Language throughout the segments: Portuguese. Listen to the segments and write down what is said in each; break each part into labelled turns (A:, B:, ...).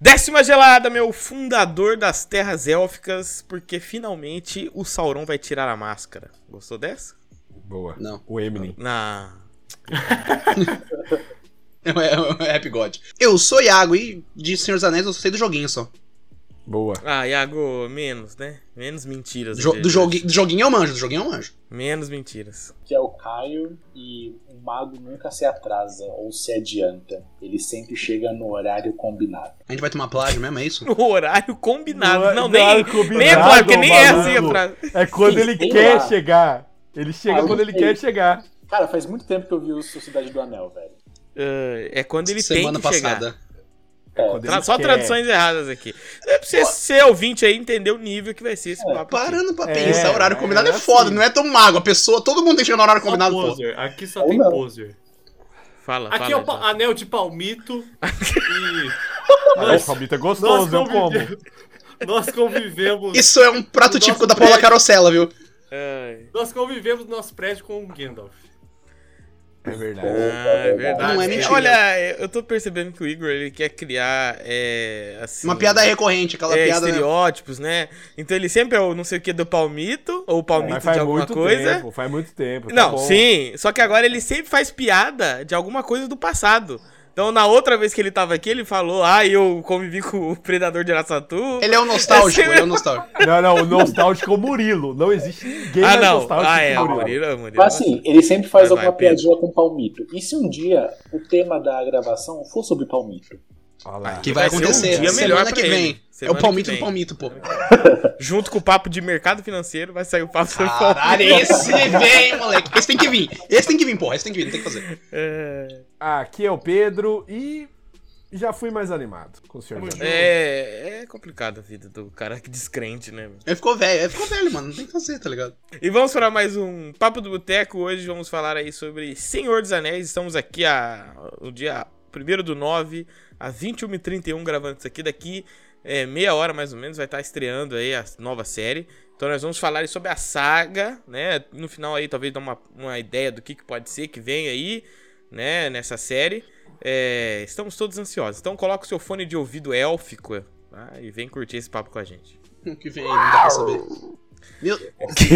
A: Décima gelada, meu fundador das terras élficas, porque finalmente o Sauron vai tirar a máscara. Gostou dessa?
B: Boa.
C: Não.
B: O Eminem.
A: Na.
C: É um rap god. Eu sou Iago e de Senhor dos Anéis eu sei do joguinho só.
B: Boa.
A: Ah, Iago, menos, né? Menos mentiras.
C: Jo-
A: gente.
C: do, jogui- do joguinho eu manjo, do joguinho eu manjo.
A: Menos mentiras.
D: que é o Caio, e o mago nunca se atrasa ou se adianta. Ele sempre chega no horário combinado.
C: A gente vai tomar plágio mesmo, é isso?
A: No horário combinado.
E: Não é-
A: Ah, Não,
E: não é
A: nem,
E: combinado,
A: nem é claro, porque nem é assim a
E: malandro.
A: frase.
E: É quando ele
D: Sei
E: quer
D: lá.
E: chegar. Ele chega
D: Ah, eu
E: quando ele
D: sei.
E: quer chegar.
D: Cara, faz muito tempo que eu vi o Sociedade do Anel, velho.
A: Ah, é quando ele
C: Semana
A: tem que chegar.
C: passada.
D: É,
E: quando ele
A: Tra- só
E: quer.
A: traduções erradas aqui. É pra você ser ouvinte aí entender o nível que vai ser esse papo. aqui.
C: Parando pra
E: É,
C: pensar, horário
E: é
C: combinado é,
E: assim.
C: foda, não é tão mago. A pessoa, todo mundo tem que chegar no horário
F: Só
C: combinado, pô.
F: poser. Aqui só
D: Ou
F: tem
D: não.
F: poser.
A: Fala,
F: Aqui é
A: fala.
F: o pa- anel de palmito e
E: Ah, o Fabito é gostoso, eu como.
F: convive- nós convivemos.
C: Isso é um prato
F: Nosso
C: típico da Paula
F: prédio.
C: Carosella, viu?
A: Ai,
F: Nós convivemos no nosso prédio com o Gandalf.
B: É
A: ah,
B: verdade.
A: é verdade.
C: Não é mentira.
A: Olha, eu tô percebendo que o Igor ele quer criar é, assim,
C: Uma piada recorrente, aquela
A: é,
C: piada. né?
A: estereótipos, né? Então ele sempre é o não sei o que do palmito, ou o palmito
E: Mas faz
A: de alguma
E: muito
A: coisa.
E: tempo, faz muito tempo. tá
A: Não,
E: bom.
A: sim. Só que agora ele sempre faz piada de alguma coisa do passado. Então, na outra vez que ele tava aqui, ele falou: Ah, eu convivi com o predador de Araçatu.
C: Ele é um nostálgico,
A: É assim
C: ele é um nostálgico.
E: Não, não, o nostálgico é o Murilo. Não existe ninguém
A: Ah,
E: mais
A: não.
E: nostálgico
A: Ah,
E: que
A: é,
E: o
A: o
E: Murilo.
A: Murilo, o Murilo.
D: Mas assim, ele sempre faz
A: Vai, vai,
D: alguma
A: Pedro.
D: piadinha com palmito. E se um dia o tema da gravação for sobre palmito?
E: Olha lá.
C: Que vai
A: ser um
C: acontecer
A: dia melhor
C: semana
A: pra
C: que
A: ele.
C: vem. É
A: Semana
C: o
A: que
C: palmito do
A: vem.
C: palmito, pô.
A: Junto com o papo de mercado financeiro, vai sair o papo sobre
C: Caralho, esse vem, moleque. Esse tem que vir. Esse tem que vir, porra. Esse tem que vir, não tem o que fazer.
A: É,
E: Aqui é o Pedro e já fui mais animado com o senhor.
F: Tamo
E: Zé.
F: junto.
A: é, é complicado a vida do cara que descrente, né? meu?
C: Ele ficou velho, ele ficou velho, mano. Não tem o que fazer, tá ligado?
A: E vamos para mais um Papo do Boteco. Hoje vamos falar aí sobre Senhor dos Anéis. Estamos aqui a, o dia 1 do 9, às 21h31, gravando isso aqui. Daqui é, meia hora mais ou menos vai estar estreando aí a nova série. Então nós vamos falar aí sobre a saga, né? No final aí talvez dar uma, uma ideia do que, que pode ser que vem aí, né? Nessa série. É, estamos todos ansiosos. Então coloca o seu fone de ouvido élfico tá? e vem curtir esse papo com a gente.
C: O que vem, não dá pra saber. Meu...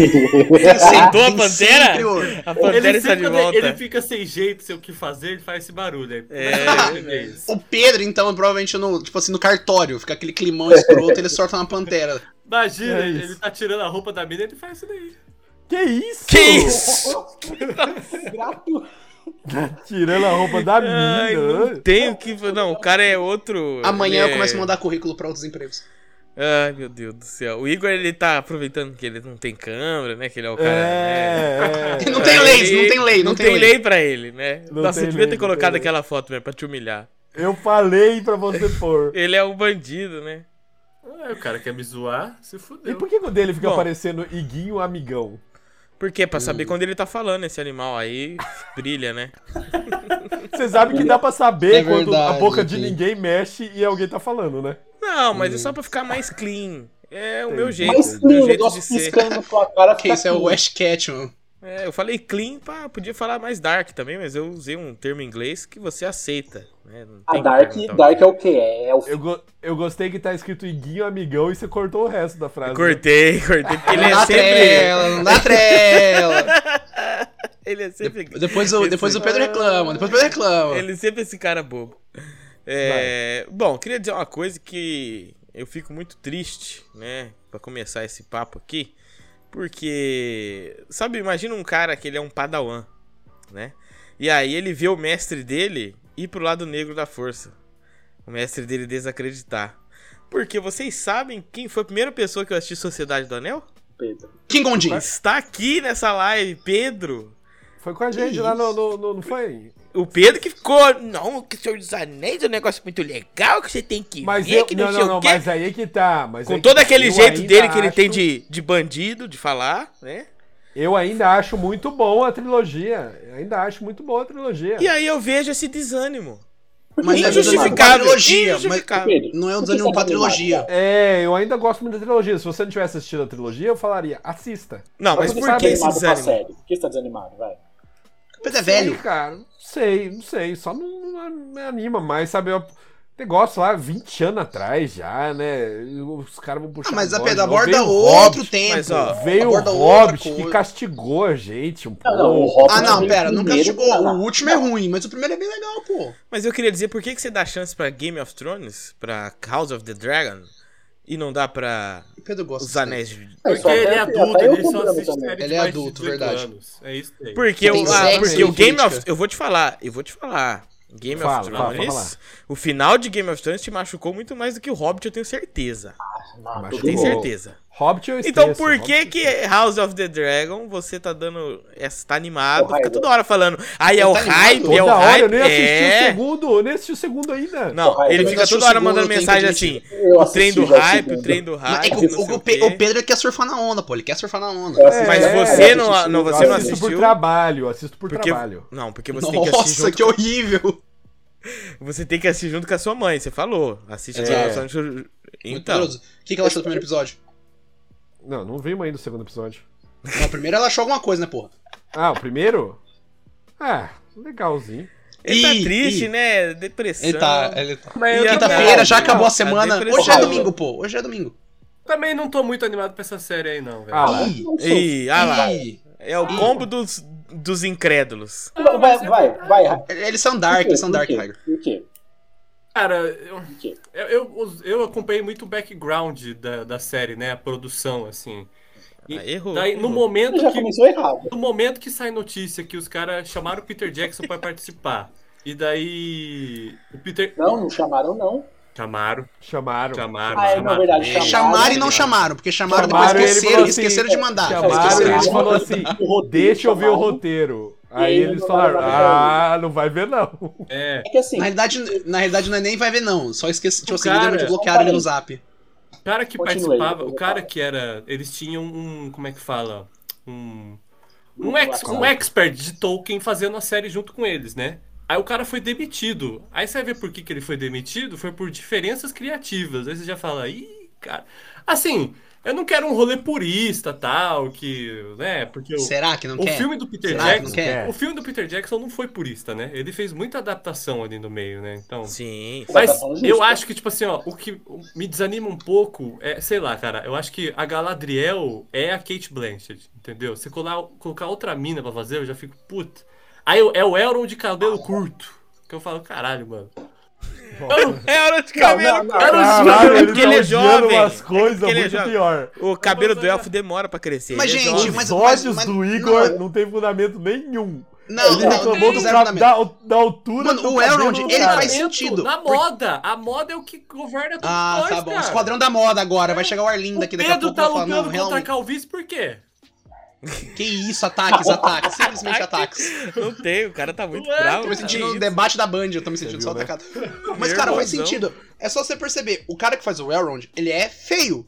A: Sentou a
C: Tem
A: pantera?
C: sempre o-
A: A Pantera
F: ele,
A: está de
F: fica,
A: volta.
F: ele fica sem jeito, sem o que fazer, ele faz esse barulho. aí.
A: É,
F: é isso.
C: O Pedro, então, provavelmente no, tipo assim, no cartório, fica aquele climão escroto, ele sorta uma pantera.
F: Imagina,
E: É
F: ele
E: isso.
F: tá tirando a roupa da mina e ele faz isso daí.
E: Que isso?
A: Que isso?
D: Grato!
E: Tirando a roupa da mina.
A: Ai, não tem o que. Não, o cara é outro. ele
C: Amanhã
A: é-
C: eu começo a mandar currículo pra outros empregos.
A: Ai, meu Deus do céu. O Igor, ele tá aproveitando que ele não tem câmera, né? Que ele é o cara. né?
E: É, é.
C: Não tem
A: Aí,
C: leis, não tem lei, não
A: não
C: tem
A: tem
C: lei.
A: lei pra ele, né?
E: Não
A: Nossa,
E: tem
A: eu devia
E: lei,
A: ter
E: não
A: colocado
E: tem lei.
A: aquela foto mesmo pra te humilhar.
E: Eu falei pra você pôr.
A: Ele é um bandido, né?
F: Ah, o cara quer me zoar, se
E: E
F: fudeu.
E: por que o dele fica
A: Bom.
E: aparecendo Iguinho Amigão?
A: Por quê? Pra
E: Hum.
A: saber quando ele tá falando, esse animal aí brilha, né?
E: Você sabe que dá pra saber
C: É
E: quando a
C: verdade,
E: boca de
C: Gui.
E: ninguém mexe e alguém tá falando, né?
A: Não, mas é só pra ficar mais clean. É o
E: Entendi.
A: meu jeito,
D: Mas
A: o
D: sim,
A: meu
D: o
A: jeito
D: negócio
A: de ser.
D: piscando na sua cara
C: Que
D: fica
C: isso é o
D: assim.
C: Ash Ketchum.
A: É, eu falei clean, pá, podia falar mais dark também, mas eu usei um termo em inglês que você aceita. Né? Não
D: A
A: tem que
D: Ah, Dark,
A: perguntar o
D: Dark é o quê? É o
E: Eu, go- eu gostei que tá escrito Iguinho Amigão e você cortou é o resto da frase.
A: Cortei, cortei, porque ele é
C: Não dá
A: sempre.
C: trela, não dá trela.
A: Ele é sempre.
C: Depois o, depois o Pedro reclama, depois o Pedro reclama.
A: Ele é sempre esse cara bobo. É, bom, queria dizer uma coisa que eu fico muito triste, né? Pra começar esse papo aqui. Porque. Sabe, imagina um cara que ele é um padawan, né? E aí ele vê o mestre dele ir pro lado negro da força. O mestre dele desacreditar. Porque vocês sabem quem foi a primeira pessoa que eu assisti Sociedade do Anel?
D: Pedro.
C: King Gondin.
A: Está aqui nessa live, Pedro.
E: Foi com a gente lá no, no- no- Não foi?
A: O Pedro que ficou, não, que o Senhor dos Anéis é um negócio muito legal, que você tem que
E: Mas
A: ver,
E: eu,
A: que não,
E: não,
A: sei
E: não,
A: o
E: não,
A: quê.
E: mas aí é que tá. Mas
A: Com
E: é
A: todo
E: que
A: aquele
E: eu
A: jeito
E: ainda
A: dele que ele tem
E: acho-
A: de, de bandido, de falar, né?
E: Eu ainda acho muito bom a trilogia. Eu ainda acho muito boa a trilogia.
A: E aí eu vejo esse desânimo.
C: Mas é
A: Injustificável.
C: uma trilogia, mas
A: injustificável.
D: Pedro,
C: não é o
D: por que
C: desânimo
D: você tá
C: pra trilogia.
D: animado?
E: É, eu ainda gosto muito da trilogia. Se você não tivesse assistido a trilogia, eu falaria, assista.
A: Não, mas
D: você
A: por
D: tá
A: que esse
D: animado com a
A: desânimo?
D: série? Por que você tá desanimado? Vai.
C: O Pedro é
E: Sei,
C: velho.
E: cara, não sei, não sei. Só não, não me anima mais, sabe? Eu- Negócio lá, 20 anos atrás já, né? Os caras vão puxar.
C: Ah, mas a
E: bigode.
C: pedra
E: Não, veio
C: aborda
E: o
C: outro
E: Hobbit,
C: tempo.
A: mas, ó,
E: Veio o
C: aborda outra
E: Hobbit que
C: coisa.
E: castigou a gente um pouco.
D: Não, não, o Hobbit
C: Ah, não,
D: veio
C: pera, nunca
D: primeiro
C: chegou.
D: pra lá.
C: O último é ruim, mas o primeiro é bem legal, pô.
A: Mas eu queria dizer, por que, que você dá chance pra Game of Thrones, pra House of the Dragon, e não dá pra
C: O Pedro gosta.
A: Os
C: disso
A: Anéis de...
D: É,
F: Porque
D: só até-
F: ele é adulto,
D: até eu
F: ele só
D: comprando
F: assiste
D: também.
F: série de
C: Ele é
F: mais de
C: adulto,
F: 18
C: verdade.
F: anos. É isso aí.
A: Porque, o,
C: Tem
A: ah,
C: sexo
A: porque
C: e
A: o Game of...
C: política.
A: Eu vou te falar, eu vou te falar. Game
E: Fala,
A: of
E: fala,
A: Thrones,
E: fala.
A: o final de Game of Thrones te machucou muito mais do que o Hobbit, eu tenho certeza.
D: Não,
E: Mas
A: Eu
D: todo
A: tenho
E: Pô.
D: mundo.
A: certeza.
E: Ah, Hobbit eu esqueço.
A: Então por que
E: Hobbit-
A: que House of the Dragon você tá dando... essa- Tá animado,
D: Tô
A: fica
D: hype.
A: toda hora falando. Aí é
C: Ele
A: o
C: tá animado?
A: hype, é o
E: Toda hora, eu
A: hype.
E: nem assisti o
A: É...
E: segundo, eu nem assisti o segundo ainda.
A: Não,
D: Porra,
A: ele
D: eu
A: fica
C: assisti o
A: toda hora
C: segundo,
A: mandando
C: eu tenho que
A: mensagem
C: admitir.
A: assim.
D: Eu
A: O trem
D: assisti
A: do
D: já o
A: hype, o
D: segundo.
A: trem do
C: Mas é
A: hype.
C: que
A: não sei
C: o, o,
A: o
C: Pe- o
A: quê.
C: Pedro quer surfar na onda, pô. Ele quer surfar na onda.
D: Eu assisti
E: Mas
D: já o
E: você
D: segundo.
A: não-
D: Eu
A: não,
E: Eu
A: você não
E: assisto
A: assistiu?
E: por trabalho, assisto por
A: Porque-
E: trabalho.
A: Não, porque você tem que assistir
C: Nossa,
A: junto
C: que horrível.
A: Você tem que assistir junto com a sua mãe, você falou. Assiste
E: É.
A: com a sua mãe.
C: Muito
A: Então,
C: curioso. O que, que ela achou do primeiro episódio?
E: Não, não vimos ainda o segundo episódio.
C: Não, primeiro ela achou alguma coisa, né, porra?
E: Ah, o primeiro? Ah, legalzinho.
A: ele tá
C: Ih,
A: triste,
C: ih.
A: né? Depressão.
C: Ele tá. Ele tá.
F: Mas eu
C: Quinta-feira,
F: também-
C: já acabou a
A: tá
C: semana.
A: depressivo.
C: Hoje é domingo, pô. Hoje é domingo.
F: Também não tô muito animado pra essa série aí, não, velho.
E: Ah, lá.
C: Ih,
D: Não sei.
A: Ih, ah lá.
C: ih.
A: É o combo dos, dos incrédulos.
D: Não, Vai, vai, vai. Ra-
C: Eles são dark, eles são
D: Por
C: dark,
D: quê?
C: Tiger.
D: Por quê?
F: Cara, eu,
D: Por quê?
F: eu, eu, eu acompanhei muito o background da, da série, né? A produção, assim. E
A: Ah, errou.
F: Daí, no
A: errou.
F: momento
D: Já
F: que
D: começou errado.
F: No momento que sai notícia que os caras chamaram o Peter Jackson pra participar, e daí o Peter
D: Não, não chamaram, não.
F: chamaram,
E: Chamaram.
F: chamaram,
D: Ah, é,
F: chamaram.
D: na verdade,
F: Ele-
C: Chamaram e não chamaram, porque chamaram,
E: Chamaram, ele
C: depois esqueceram,
E: falou assim,
C: esqueceram de mandar.
E: Chamaram e
C: Esqueceram.
E: ele
D: Esqueceram.
E: falou assim:
D: Ah, O roteiro
E: deixa eu ver o
D: chamaram.
E: roteiro.
D: E
E: Aí
D: aí
E: eles
D: não
E: falaram:
D: vai dar
E: ah, não vai ver não.
F: É,
D: É que assim,
C: Na realidade, na realidade, não é nem vai ver, não. Só esqueci, tipo, assim,
F: Cara,
C: literalmente bloquearam ele no zap.
F: o cara que
D: Continue,
F: participava, o
D: continue.
F: cara que era, eles tinham um, como é que fala, um um,
D: Grupo
F: ex,
D: lá,
F: um expert de Tolkien fazendo a série junto com eles, né? Aí o cara foi demitido. Aí você vai ver por que, que ele foi demitido? Foi por diferenças criativas. Aí você já fala, ih, cara. Assim, eu não quero um rolê purista, tal, que. né? Porque o,
C: Será que não
F: o
C: quer?
F: filme do Peter
C: Será que não
F: Jackson.
C: quer?
F: O filme do Peter Jackson não foi purista, né? Ele fez muita adaptação ali no meio, né? Então.
A: Sim.
C: tá
F: Mas
D: Adaptação justa.
F: eu acho que, tipo assim, ó, o que me desanima um pouco é, sei lá, cara, eu acho que a Galadriel é a Kate Blanchett, entendeu? Se colar, colocar outra mina pra fazer, eu já fico, puta. Aí eu- é o Elrond de cabelo curto, que eu falo, caralho, mano.
A: É hora de cabelo.
D: não, não.
A: cara.
E: Caralho,
A: porque ele é
E: tá odiando
A: jovem.
E: umas coisas
A: É porque ele é
E: muito
A: jovem.
E: pior.
A: O cabelo do elfo demora pra crescer.
C: Mas,
A: ele é
C: gente,
A: jovem.
C: mas-
E: Os ódios
C: mas-
E: do
C: não,
E: Igor
C: eu-
E: não, tem fundamento nenhum.
C: Não,
E: ele
C: não,
E: reclamou
C: não,
E: do
C: zero
E: cara,
C: fundamento.
E: da, da altura
C: Mano,
E: do
C: o
E: cabelo
C: Elrond,
E: do
C: ele
E: cara.
C: faz
F: Dentro
C: sentido.
F: Na moda, a moda é o que governa tudo
C: Ah,
F: nós,
C: tá bom.
F: cara.
C: Esquadrão da moda agora. Vai chegar o
F: O
C: Arlindo aqui daqui a
F: Pedro
C: pouco.
F: tá
C: vai falar,
F: lutando
C: não,
F: contra a
C: realmente.
F: calvície por quê?
C: Que isso, ataques, ataques. Simplesmente ataques.
A: Não tem, o cara tá muito
F: Ué,
A: bravo.
C: Tô
A: que
C: me sentindo
A: isso.
C: no debate da Band, eu tô me sentindo
E: viu,
C: só
E: né?
C: atacado. Mas, cara, faz
A: Nervosão.
C: sentido. É só você perceber, o cara que faz o Elrond, ele é feio.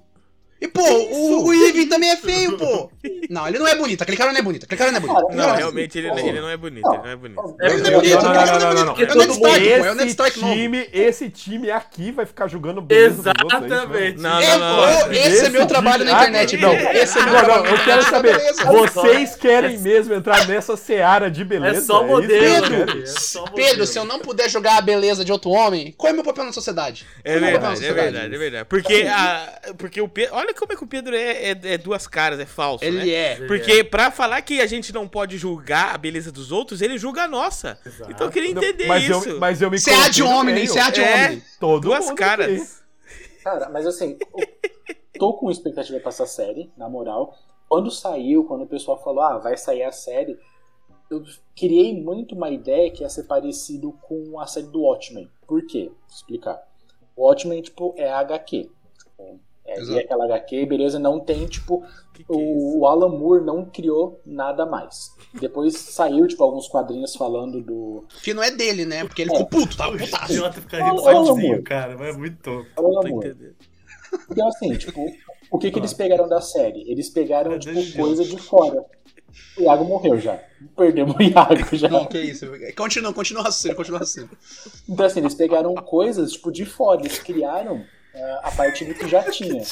C: E, pô, o, o Ivy também é feio, pô. Não, ele não é bonito. Aquele cara não é bonito. Aquele cara não é bonito. Aquele cara
A: Não,
C: não é
A: realmente ele, ele não é bonito, ele não é bonito.
C: Ele não é
F: Não,
C: bonito,
F: não,
C: o cara
E: não,
C: não é
E: não,
C: bonito. Ele é o
E: não,
C: Ned Stark, pô. É o Ned
E: Esse
C: Stark novo.
E: time, esse time aqui vai ficar jogando beleza dos outros, é isso mesmo?
F: Exatamente.
A: Não,
C: É,
A: não, não. não.
C: pô, esse é meu
E: time-
C: trabalho na
E: Ah,
C: internet,
E: não.
C: Bill. Esse é meu
E: Não, não,
C: trabalho na
E: eu quero
C: internet.
E: saber.
C: Beleza.
E: Vocês querem mesmo entrar nessa seara de beleza?
F: É só
E: isso?
F: modelo,
C: Pedro,
F: cara, é só modelo.
C: Pedro, se eu não puder jogar a beleza de outro homem, qual é meu papel na sociedade?
A: É
C: Não,
A: verdade,
C: não,
A: é verdade, é verdade. Porque, a, porque o Pedro. Olha como é que o Pedro é, é, é duas caras, é falso. né?
C: Ele é.
A: Porque pra falar que a gente não pode julgar a beleza dos outros, ele julga a nossa.
F: Exato.
A: Então eu queria entender
E: mas
A: isso.
E: Eu, mas eu me
C: Você é de
E: coloquei no
C: homem,
E: meio.
C: você é de
A: É.
C: homem.
E: Todo
A: Duas
E: mundo aqui.
A: caras.
D: Cara, mas assim, eu tô com expectativa pra essa série, na moral. Quando saiu, quando o pessoal falou, ah, vai sair a série, eu criei muito uma ideia que ia ser parecido com a série do Watchmen. Por quê? Vou explicar. O Watchmen, tipo, é a HQ. É
C: Exato.
D: e aquela HQ, beleza, não tem, tipo,
A: Que que é isso?
D: o, o Alan Moore não criou nada mais. Depois saiu, tipo, alguns quadrinhos falando do.
C: Que não é dele, né? Porque ele ficou puto, tava
F: O
C: putaço.
F: idiota ficaria
D: Ô, ô,
F: sozinho,
D: amor.
F: cara, mas é muito tonto.
D: Alan
A: Tô
D: Moore.
A: entendendo.
D: Então, assim, tipo, o que, que eles pegaram da série? Eles pegaram,
F: É,
D: tipo,
F: desde
D: coisa de fora. O Iago morreu já. Perdemos o Iago já.
C: Não, que isso. Continua, continua o raciocínio, continua o raciocínio.
D: Então, assim, eles pegaram coisas, tipo, de fora. Eles criaram ah, a partir do que já tinha.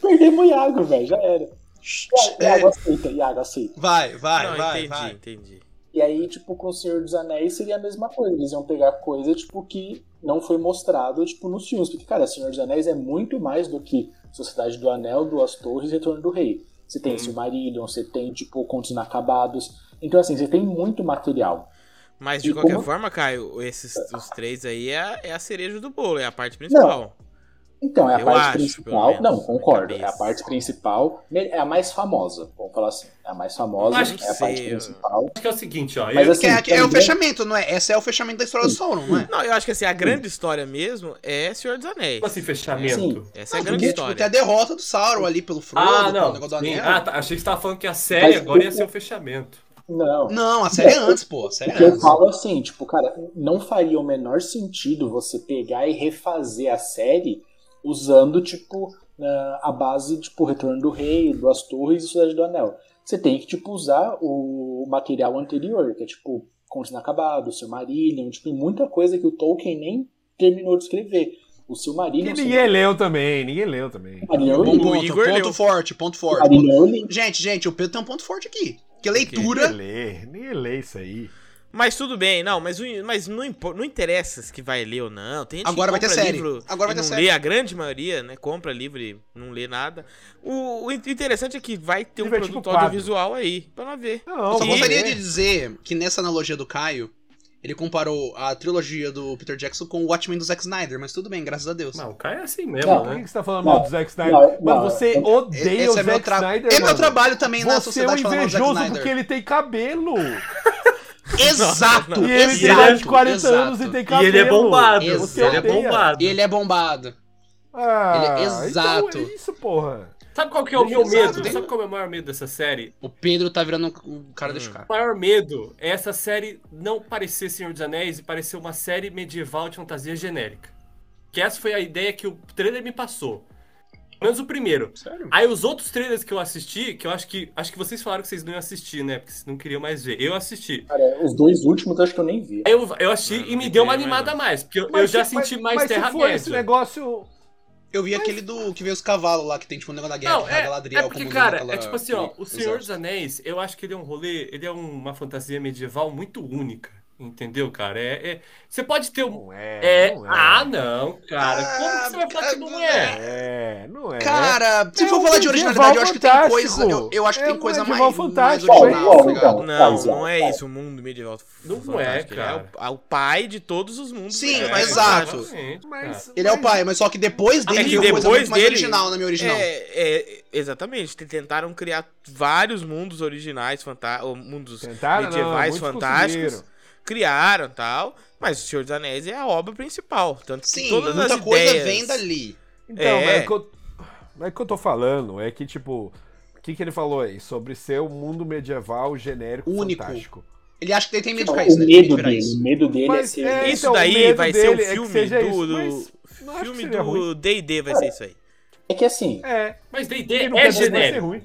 D: Perdemos o Iago, velho. Já era. Iago,
C: É,
D: Iago aceita, Iago aceita.
C: Vai, vai,
A: Não,
C: vai,
A: entendi,
C: vai.
A: entendi.
D: E aí, tipo, com o Senhor dos Anéis seria a mesma coisa. Eles iam pegar coisa, tipo, que não foi mostrado, tipo, nos filmes. Porque, cara, Senhor dos Anéis é muito mais do que Sociedade do Anel, Duas Torres e Retorno do Rei. Você
A: Uhum.
D: tem Silmarillion, você tem, tipo, Contos Inacabados. Então, assim, você tem muito material.
A: Mas de
D: E
A: qualquer
D: como-
A: forma, Caio, esses os três aí é, a- é a cereja do bolo, é a parte principal.
D: Então, é a
A: Eu
D: parte
A: acho,
D: principal.
A: pelo menos,
D: não,
A: na
D: concordo. É
A: cabeça.
D: a parte principal. É a mais famosa. Vamos falar assim. É a mais famosa,
A: Acho que
D: é a parte
A: sei, eu-
D: principal.
F: Acho que é o seguinte, ó.
D: Mas
F: eu-
D: assim,
C: Que é, que é
A: um
C: o
D: também-
C: fechamento, não é? Esse é o fechamento da história do Sauron, não é?
A: Não, eu acho que assim, a grande história mesmo é Senhor dos Anéis.
F: Como assim, fechamento?
D: Sim.
A: Essa é
C: Não,
A: a grande
C: porque tipo, tem a
A: história.
C: derrota do Sauron ali pelo Frodo,
F: Ah,
C: pelo
F: não.
C: negócio do
F: Sim.
C: anel.
F: Ah, tá. Achei que você tava falando que a série
D: Mas
F: agora
D: o-
F: ia ser o fechamento. Ah.
D: Não.
C: Não, a série é
D: É,
C: antes, pô. A série
D: O
C: é
D: que eu
C: antes.
D: falo assim, tipo, cara, não faria o menor sentido você pegar e refazer a série usando, tipo, na- a base, tipo, Retorno do Rei, Duas Torres e Cidade do Anel. Você tem que, tipo, usar o material anterior, que é, tipo, Contos Inacabados, Silmarillion, tipo, tem muita coisa que o Tolkien nem terminou de escrever. O
E: E
D: Silmarillion... assim,
C: assim?
E: ninguém leu também, ninguém leu também.
D: Silmarillion eu
C: Bom
D: li.
A: O
C: ponto,
A: Igor
C: ponto
A: leu.
C: forte, ponto forte.
D: Silmarillion é eu li.
C: ponto- Gente, gente, o Pedro tem um ponto forte aqui. Que
E: Ninguém
C: leitura.
E: lê, ninguém lê isso aí.
A: Mas tudo bem, não, mas, o- mas não, impo- não interessa se que vai ler ou não. Tem gente
C: Agora
A: que
C: vai ter
A: compra
C: série.
A: livro
C: Agora vai
A: e
C: ter
A: não
C: série.
A: lê, a grande maioria, né, compra livro e não lê nada. O, o in- interessante é que vai ter um
E: Livro é tipo
A: produto
E: quadro.
A: audiovisual aí, pra nós ver.
E: Não,
C: Eu só
A: Sim.
E: vamos
C: gostaria
E: ler.
C: de dizer que nessa analogia do Caio, ele comparou a trilogia do Peter Jackson com o Watchmen do Zack Snyder, mas tudo bem, graças a Deus.
F: Não, o cara é assim mesmo,
D: Não,
E: Por que
F: né?
E: que você tá falando
D: Não,
E: mal do Zack Snyder?
D: não,
E: mano,
D: não,
E: você
D: eu-
C: E-
E: odeia o
C: é meu,
E: Zack
C: tra-
E: Snyder,
C: é meu
E: mano.
C: trabalho também na
E: Você é um
C: sociedade falando do Zack
E: invejoso
C: Snyder.
E: porque ele tem cabelo.
C: Exato!
E: E ele tem
C: exato,
E: mais de 40
C: exato.
E: anos e tem
F: E
E: cabelo.
F: ele é bombado.
C: Exato.
F: Ele é bombado.
C: E ele é bombado.
E: Ah,
C: Ele é
E: então
C: exato.
E: é isso, porra.
F: Sabe qual que é o meu
C: Exato,
F: medo?
C: tem-
F: Sabe qual é o maior medo dessa série?
C: O Pedro tá virando um cara
E: Hum.
C: desse cara.
F: O maior medo é essa série não parecer Senhor dos Anéis e parecer uma série medieval de fantasia genérica. Que essa foi a ideia que o trailer me passou. Pelo menos o primeiro.
C: Sério?
F: Aí os outros trailers que eu assisti, que eu acho que. Acho que vocês falaram que vocês não iam assistir, né? Porque vocês não queriam mais ver. Eu assisti.
D: Cara, os dois últimos eu acho que eu nem vi.
F: Aí Eu, eu assisti
A: Não, não
F: e me
A: me
F: deu uma
A: pega mais,
F: animada a
A: não.
F: mais, porque eu-
E: Mas
F: eu já
E: se- mas-
F: senti mais
E: mas se
F: terra
E: for esse né?
F: média.
E: negócio...
C: Eu vi aquele do que veio os cavalos lá, que tem tipo um negócio da guerra,
F: Não,
C: que vai
F: é,
C: Galadriel
F: é porque,
C: comandando
F: cara,
C: aquela-
F: é tipo assim, ó, o
C: aquele
F: Senhor dos
C: exército.
F: Anéis, eu acho que ele é um rolê, ele é uma fantasia medieval muito única, entendeu, cara? É, é- você pode ter um...
E: Não é,
F: É,
E: não
F: ah,
E: é.
F: não, cara, como que você vai falar que não é?
E: É, não é.
C: Cara, se
E: É
C: for
E: um
C: falar de originalidade,
E: medieval
C: eu acho que tem coisa. Eu,
E: fantástico.
C: eu acho que
E: É
C: tem
E: um
C: coisa mais,
E: medieval
C: mais
E: fantástico.
C: original,
D: Bom,
C: tá
D: bom,
C: ligado?
D: então.
A: Não,
D: Mas é-
A: não é isso. O mundo medieval.
F: Não
A: fantástico,
F: é,
A: ele
F: cara.
A: o, é o pai de todos os mundos.
C: Sim,
A: né?
C: mas exato.
F: É, exatamente,
E: Mas,
C: Ele é o
E: mas-
C: pai, mas só que depois dele
A: É que
C: veio coisa
A: depois
C: muito mais
A: dele-
C: original na minha original.
A: É, é, exatamente. T- Tentaram criar vários mundos originais, fanta ou mundos
E: Tentaram, não,
A: medievais
E: muitos
A: fantásticos.
E: conseguiram.
A: Criaram tal. Mas o Senhor dos Anéis é a obra principal. Tanto que
C: Sim,
A: todas
C: muita
A: as
C: coisa
A: ideias...
C: vem dali.
E: Então,
A: É.
E: mas, o que eu, mas o que eu tô falando é que, tipo, o que, que ele falou aí sobre ser um mundo medieval genérico
C: Único.
E: fantástico?
C: Ele acha que ele tem medo de
D: Então,
C: ficar isso,
D: o
C: né? Ele tem medo de
D: medo
C: virar
D: dele,
C: isso.
D: o medo dele é
E: Mas
D: ser...
E: é-
A: Isso
E: então, o
A: daí
E: medo
A: vai ser o
E: dele é que
A: filme
E: seja
A: do...
E: isso,
A: do-
E: mas não acho que
A: filme
E: seria
A: do D&D vai ser isso aí.
D: É que assim,
E: É,
F: Mas
E: e
F: D&D
E: não
F: é
E: quer dizer que vai ser
F: genérico.
E: ruim.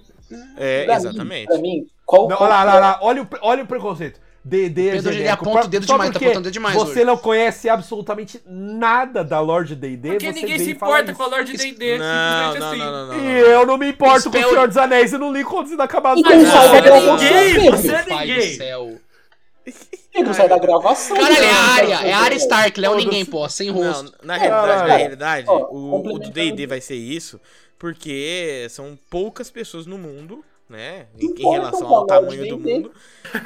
A: É,
D: pra mim-
A: exatamente.
D: pra mim, qual,
E: Não,
D: qual
E: olha lá, olha lá, olha o, pre- olha o preconceito. DD é
C: Pedro, ele
E: genérico.
C: aponta o
E: Pra-
C: dedo
E: só
C: demais, tá
E: porque
C: apontando o dedo demais
E: Você
C: hoje.
E: não conhece absolutamente nada da Lord D&D,
F: Porque
E: você
F: ninguém
E: vem
F: se
E: falar
F: importa
E: isso.
F: com a Lorde
C: Isso-
F: D&D,
A: Não,
F: simplesmente
A: não, não, não,
F: assim.
A: não, não,
E: E
A: não.
E: eu não me importo com
C: Spell-
E: o Senhor dos Anéis e não li Contos Inacabados.
D: E
E: Não,
D: quem sai da
E: não,
F: Você é
D: gravação?
F: ninguém,
D: Pedro.
F: você é
C: Pai do
F: ninguém.
C: céu.
D: Pedro sai da gravação. né?
C: Caralho, é
D: cara.
C: a área, é a área Stark, ele é um
E: Foda-se.
C: ninguém, pô, sem rosto.
A: Não, na realidade, na
E: Caralho.
A: realidade,
D: Ó,
A: o, o do
D: complementando-
A: D&D vai ser isso, porque são poucas pessoas no mundo, né,
D: Que
A: em, em
D: importam
A: relação
D: com a
A: ao
D: lore
A: tamanho do
D: D&D.
A: mundo,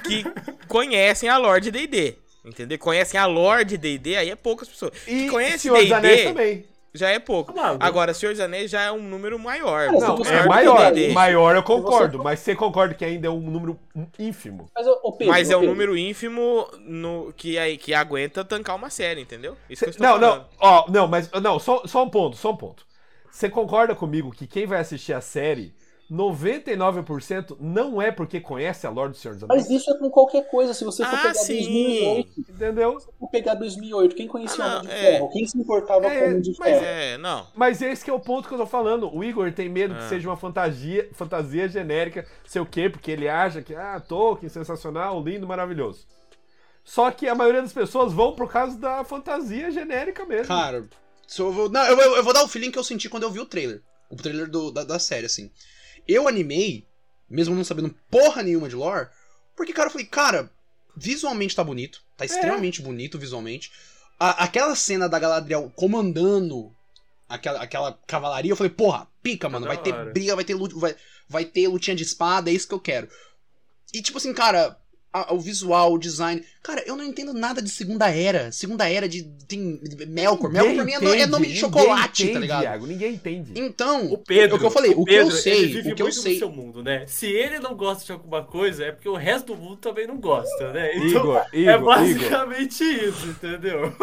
A: que conhecem a Lorde D&D, entendeu? Conhecem a Lorde D&D, aí é poucas pessoas. Que
E: E
A: conhece
E: Senhor dos
A: D&D?
E: Anéis também.
A: Já é pouco.
F: Claro.
A: Agora, Senhor dos Anéis já é um número maior.
D: Cara,
E: Não,
D: Você
E: é
D: concorda
E: maior.
D: com o D&D?
E: Maior eu concordo, mas você concorda que ainda é um número ínfimo.
D: Mas, ô, ô, Pedro,
A: Mas é
D: ô,
A: um
D: Pedro,
A: número ínfimo no, que, aí, que aguenta tancar uma série, entendeu? Isso
E: Cê-
A: que eu estou
E: não,
A: falando.
E: não, ó, não, mas não, só, só um ponto, só um ponto. Você concorda comigo que quem vai assistir a série, 99% não é porque conhece a Lorde do Senhor dos Anéis?
D: Mas isso é com qualquer coisa. Se você for
A: Ah,
D: pegar
A: sim.
D: 2008,
E: Entendeu?
D: vou pegar 2008, quem conhecia
A: Ah, não,
D: o Homem de
A: é.
D: Ferro? Quem se importava
E: É,
D: com o Homem de
E: mas
D: Ferro?
A: É, não.
E: Mas esse que é o ponto que eu tô falando. O Igor tem medo
A: Ah.
E: que seja uma fantasia, fantasia genérica, sei o quê, porque ele acha que, ah, Tolkien, sensacional, lindo, maravilhoso. Só que a maioria das pessoas vão por causa da fantasia genérica mesmo.
C: Cara, se eu vou, não, eu, eu- eu vou dar o feeling que eu senti quando eu vi o trailer. O trailer do- da, da série, assim. Eu animei, mesmo não sabendo porra nenhuma de lore, porque, cara, eu falei, cara, visualmente tá bonito.
F: É.
C: Tá extremamente bonito visualmente. A- aquela cena da Galadriel comandando aquela, aquela cavalaria, eu falei, porra, pica, mano.
F: Tá da
C: Vai ter
F: hora.
C: briga, vai ter, lu- vai, vai ter lutinha de espada, é isso que eu quero. E tipo assim, cara, a- o visual, o design. Cara, eu não entendo nada de Segunda Era. Segunda Era de. Tem Melkor. Melkor pra mim é, no- é nome de chocolate, tá ligado?
E: ninguém entende.
C: Então,
F: O Pedro.
C: é o que eu falei, o que eu
F: Pedro,
C: sei,
F: ele vive
C: o que eu
F: muito no
C: sei.
F: seu mundo, né? Se ele não gosta de alguma coisa, é porque o resto do mundo também não gosta, né? Então,
E: Igor,
F: é
E: Igor, Igor,
F: basicamente isso, entendeu?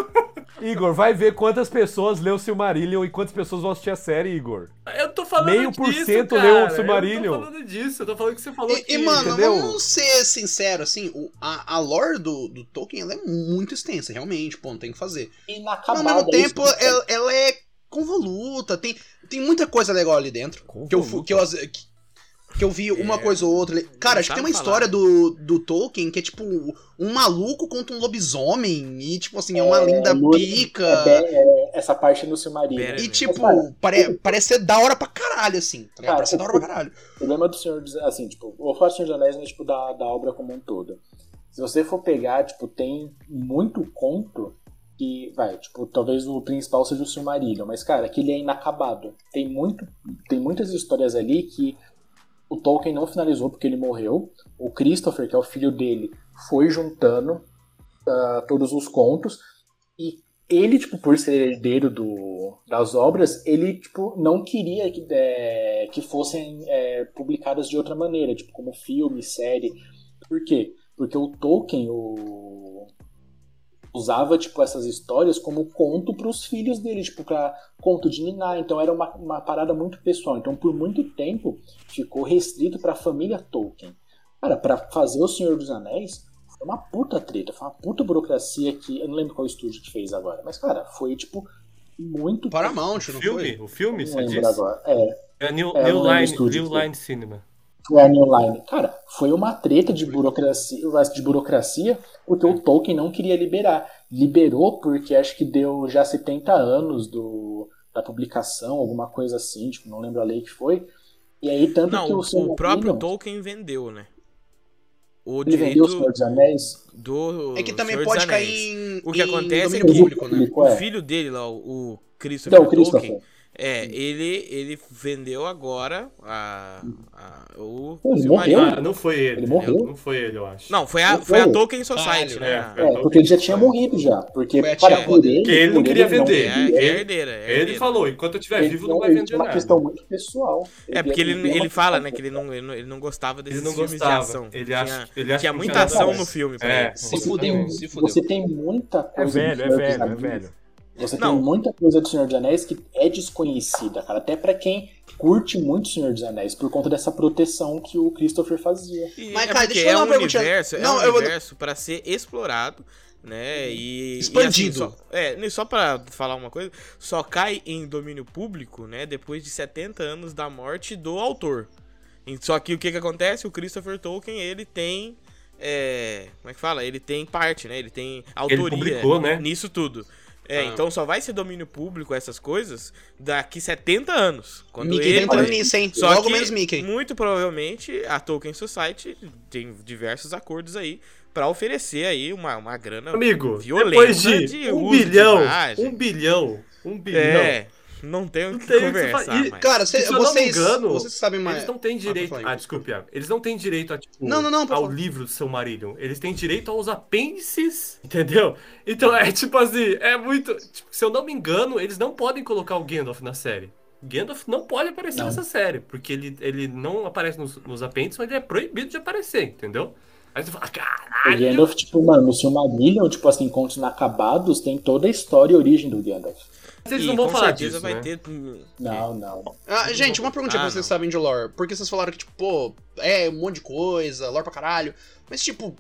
E: Igor, vai ver quantas pessoas leu Silmarillion e quantas pessoas vão assistir a série, Igor.
F: Eu tô falando
E: Meio por
F: disso,
E: cento
F: cara.
E: leu o
F: Eu
E: Silmarillion.
F: tô falando disso, eu tô falando que você falou
C: E,
F: que...
C: e, mano,
E: entendeu?
C: vamos ser sinceros, assim, o- a, a lore do, do Tolkien ela é muito extensa, realmente, pô, não tem o que fazer. Mas
D: Inacabada.
C: ao mesmo
D: é isso
C: tempo,
D: que eu quero.
C: ela, ela é convoluta, tem, tem muita coisa legal ali dentro. Que eu, fu- que, eu, as- que, que eu vi uma coisa ou outra. ali. Cara, acho que tem uma
A: sabe
C: história do, do Tolkien que é tipo um maluco contra um lobisomem. E tipo assim, é uma linda
D: no-
C: pica.
D: é bem- é- essa parte no Silmarillion.
A: Pera-
C: E
A: velho.
C: tipo,
D: Cara,
C: pare- parece ser da hora pra caralho, assim. Tá ligado?
D: Cara,
C: Parece ser da hora pra caralho.
D: O problema do Senhor dos assim, tipo, o falar do Senhor dos Anéis, mas tipo, da, da obra como um todo. Se você for pegar, tipo, tem muito conto que, vai, tipo, talvez o principal seja o Silmarillion, mas, cara, aquele é inacabado. Tem, muito, tem muitas histórias ali que o Tolkien não finalizou porque ele morreu. O Christopher, que é o filho dele, foi juntando ah, todos os contos e ele, tipo, por ser herdeiro do, das obras, ele, tipo, não queria que, é, que fossem é, publicadas de outra maneira, tipo, como filme, série. Por quê? Porque o Tolkien o- usava, tipo, essas histórias como conto para os filhos dele, tipo, pra conto de ninar. Então era uma, uma parada muito pessoal. Então, por muito tempo, ficou restrito para a família Tolkien. Cara, para fazer O Senhor dos Anéis, foi uma puta treta, foi uma puta burocracia que. Eu não lembro qual estúdio que fez agora, mas, cara, foi, tipo, muito.
C: Paramount,
F: O
C: não
F: filme,
C: foi?
F: o filme,
D: Não
F: você
D: lembro
F: disse?
D: agora. É,
F: É a New,
D: É,
F: New
D: não lembro o
F: Line,
D: estúdio que
F: New
D: foi.
F: Line Cinema.
D: Warner é, Online. Cara, foi uma treta de burocracia, de burocracia, porque o Tolkien não queria liberar. Liberou porque acho que deu já 70 anos do, da publicação, alguma coisa assim, tipo, não lembro a lei que foi. E aí, tanto que
A: Não,
D: o,
A: o,
D: Silmarillion,
A: próprio Tolkien vendeu, né? O
D: ele vendeu o
A: direito
D: Senhor dos Anéis,
A: do.
C: É que também
A: Senhor
C: pode
A: dos Anéis.
C: cair em.
A: O que
C: em
A: acontece
C: domínio
A: é que-
C: público, né?
D: Público,
A: O
D: é.
A: filho dele lá, o o Christopher,
D: Então, o Christopher.
A: Tolkien, é, ele, ele vendeu agora a, a- o
D: Pô, ele
A: Silmarillion.
D: morreu?
F: Ah, não foi ele.
D: Ele morreu?
F: Não foi ele, eu acho.
A: Não, foi a,
D: Morreu.
A: foi a Tolkien Society,
C: Caralho.
A: né?
F: É,
A: É,
D: É, porque ele já tinha morrido já. Porque,
C: Foi a
D: cara,
C: tia
D: por
C: dele.
D: ele,
F: Que ele não
D: por
F: queria
D: não
F: vender.
A: é,
D: queria,
A: é herdeira. é
F: Ele
A: herdeira.
F: falou, enquanto eu estiver
D: ele
F: vivo
D: não-
F: não vai
D: ele
F: vender
D: tinha uma
F: nada.
D: questão muito pessoal.
A: É porque ele, ele fala, né, que ele não, ele não- ele não gostava
F: Ele
A: desses
F: não
A: filmes de
F: gostava.
A: ação.
F: Ele acha,
A: tinha,
F: ele acha
A: tinha
F: que não
A: muita
F: tinha nada
A: ação
F: a
A: no
F: ver.
A: filme. pra
F: É,
A: ele.
C: Se
D: Você
C: fudeu,
D: tem-
C: se fudeu.
D: Você tem muita
E: É
D: coisa. do
E: velho, é
D: Senhor dos
E: velho, é
D: Anéis
E: velho.
D: Você
A: Não.
D: tem muita coisa do Senhor dos Anéis que é desconhecida, cara. Até pra quem curte muito o Senhor dos Anéis, por conta dessa proteção que o Christopher fazia.
A: E
C: Mas,
A: é
C: cara,
A: porque
C: deixa eu
A: é
C: falar
A: um
C: uma perguntinha.
A: universo,
C: Não,
A: é um
C: eu vou-
A: universo pra ser explorado, né? E e,
C: Expandido.
A: assim, só, é, nem só para falar uma coisa, só cai em domínio público, né, depois de 70 anos da morte do autor. E Só que o que que acontece? O Christopher Tolkien, ele tem é, como é que fala? Ele tem parte, né? Ele tem autoria
F: publicou, né?
A: nisso tudo. É,
C: Ah.
A: então só vai ser domínio público essas coisas daqui 70 anos, quando
C: Mickey tá
A: ele
C: entrando nisso, hein?
A: só
C: Logo
A: que,
C: menos Mickey.
A: muito provavelmente, a Tolkien Society tem diversos acordos aí pra oferecer aí uma, uma grana
F: Amigo,
A: violenta
F: depois de,
A: de
F: um
A: uso de
F: bilhão,
A: imagem.
F: um bilhão, um bilhão,
A: É, não tenho o
F: Não
A: que
F: tem o que você
A: conversar
F: fa- e-
A: mais.
C: Cara,
F: Se
C: cê,
F: eu não me
C: vocês,
F: engano,
C: vocês sabem mais.
F: Eles não têm direito.
C: Ah, pode falar,
F: Ah, desculpe, Iago. eles não têm direito a, tipo,
C: Não, não, não, pode
F: ao
C: falar.
F: livro do seu marido. Eles têm direito aos apêndices, entendeu? Então é tipo assim, é muito. tipo, se eu não me engano, eles não podem colocar o Gandalf na série. Gandalf não pode aparecer
D: Não.
F: nessa série, porque ele, ele não aparece nos, nos apêndices, mas ele é proibido de aparecer, entendeu? Aí você fala,
C: Ah,
F: "Ah,
D: O
F: caralho!
D: Gandalf, tipo, mano, no Silmarillion, tipo assim, contos inacabados, tem toda a história e origem do Gandalf.
F: Mas eles
A: E
F: não vão
A: com
F: falar
A: certeza
F: disso.
A: vai
F: né?
A: ter. hum,
D: Não, não.
C: Ah, gente, uma pergunta
A: Ah,
C: pra vocês
A: não.
C: sabem de lore. Porque vocês falaram que, tipo, pô, é um monte de coisa, lore pra caralho. Mas, tipo,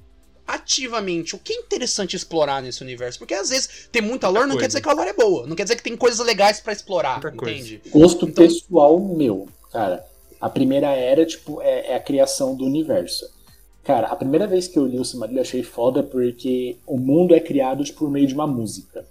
C: ativamente, o que é interessante explorar nesse universo? Porque às vezes tem muita lore, não
F: coisa.
C: quer dizer que a lore é boa. Não quer dizer que tem coisas legais pra explorar,
F: Muita coisa.
C: entende?
D: Gosto
C: Então-
D: pessoal meu, cara. A primeira era, tipo, é, é a criação do universo. Cara, a primeira vez que eu li o Silmarillion eu achei foda porque o mundo é criado tipo, por meio de uma música.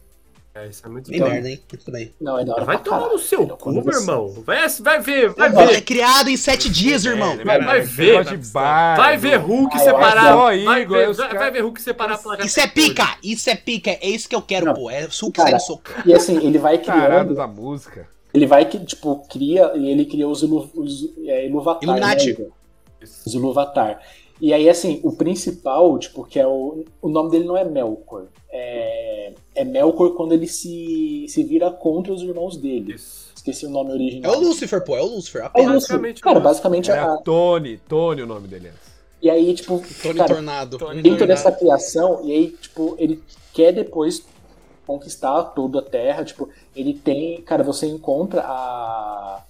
F: É, isso é muito
C: Bem
F: bom.
C: merda, hein? Muito bem.
D: Não, é da hora
F: Vai
D: pra
F: tomar
D: caralho.
F: no seu
D: Não,
F: cu,
D: quando
F: meu
D: você-
F: irmão. Vai, vai ver, vai
C: Ela é
F: ver.
C: criado em sete dias, irmão.
E: né?
A: É,
F: Vai
A: verdade.
F: ver,
A: Tá
E: Negócio de
A: pistola.
E: bar,
F: Vai
E: meu.
F: ver Hulk
D: Ah, eu
F: separar.
D: acho
E: é só
F: Vai
E: Igor,
F: ver,
E: os
F: vai-
E: cara-
F: vai ver Hulk separar a placa.
C: Isso é pica! Isso é pica! É isso que eu quero,
D: Não.
C: pô. É suco
D: Cara,
C: saindo soco.
D: E assim, ele vai
E: Tarado
D: criando.
E: da música.
D: Ele vai que, tipo, cria. E ele cria os, ilu, os é, Iluvatar.
C: Illuminati.
D: né, Igor? os Iluvatar. E aí, assim, o principal, tipo, que é o. O nome dele não é Melkor. É, é Melkor quando ele se, se vira contra os irmãos dele.
F: Isso.
D: Esqueci o nome
C: É
D: original.
C: o Lucifer, pô. É o Lucifer.
D: É o
C: Apenas.
D: Lúcifer. Cara, basicamente.
F: É.
E: Era
D: A,
E: É Tony, Tony o nome dele. é. antes.
D: e aí, tipo.
C: Tony
D: cara,
C: Tornado.
A: Tony
D: dentro
A: Tornado.
D: dessa criação, e aí, tipo, ele quer depois conquistar toda a terra, tipo, ele tem, cara, você encontra a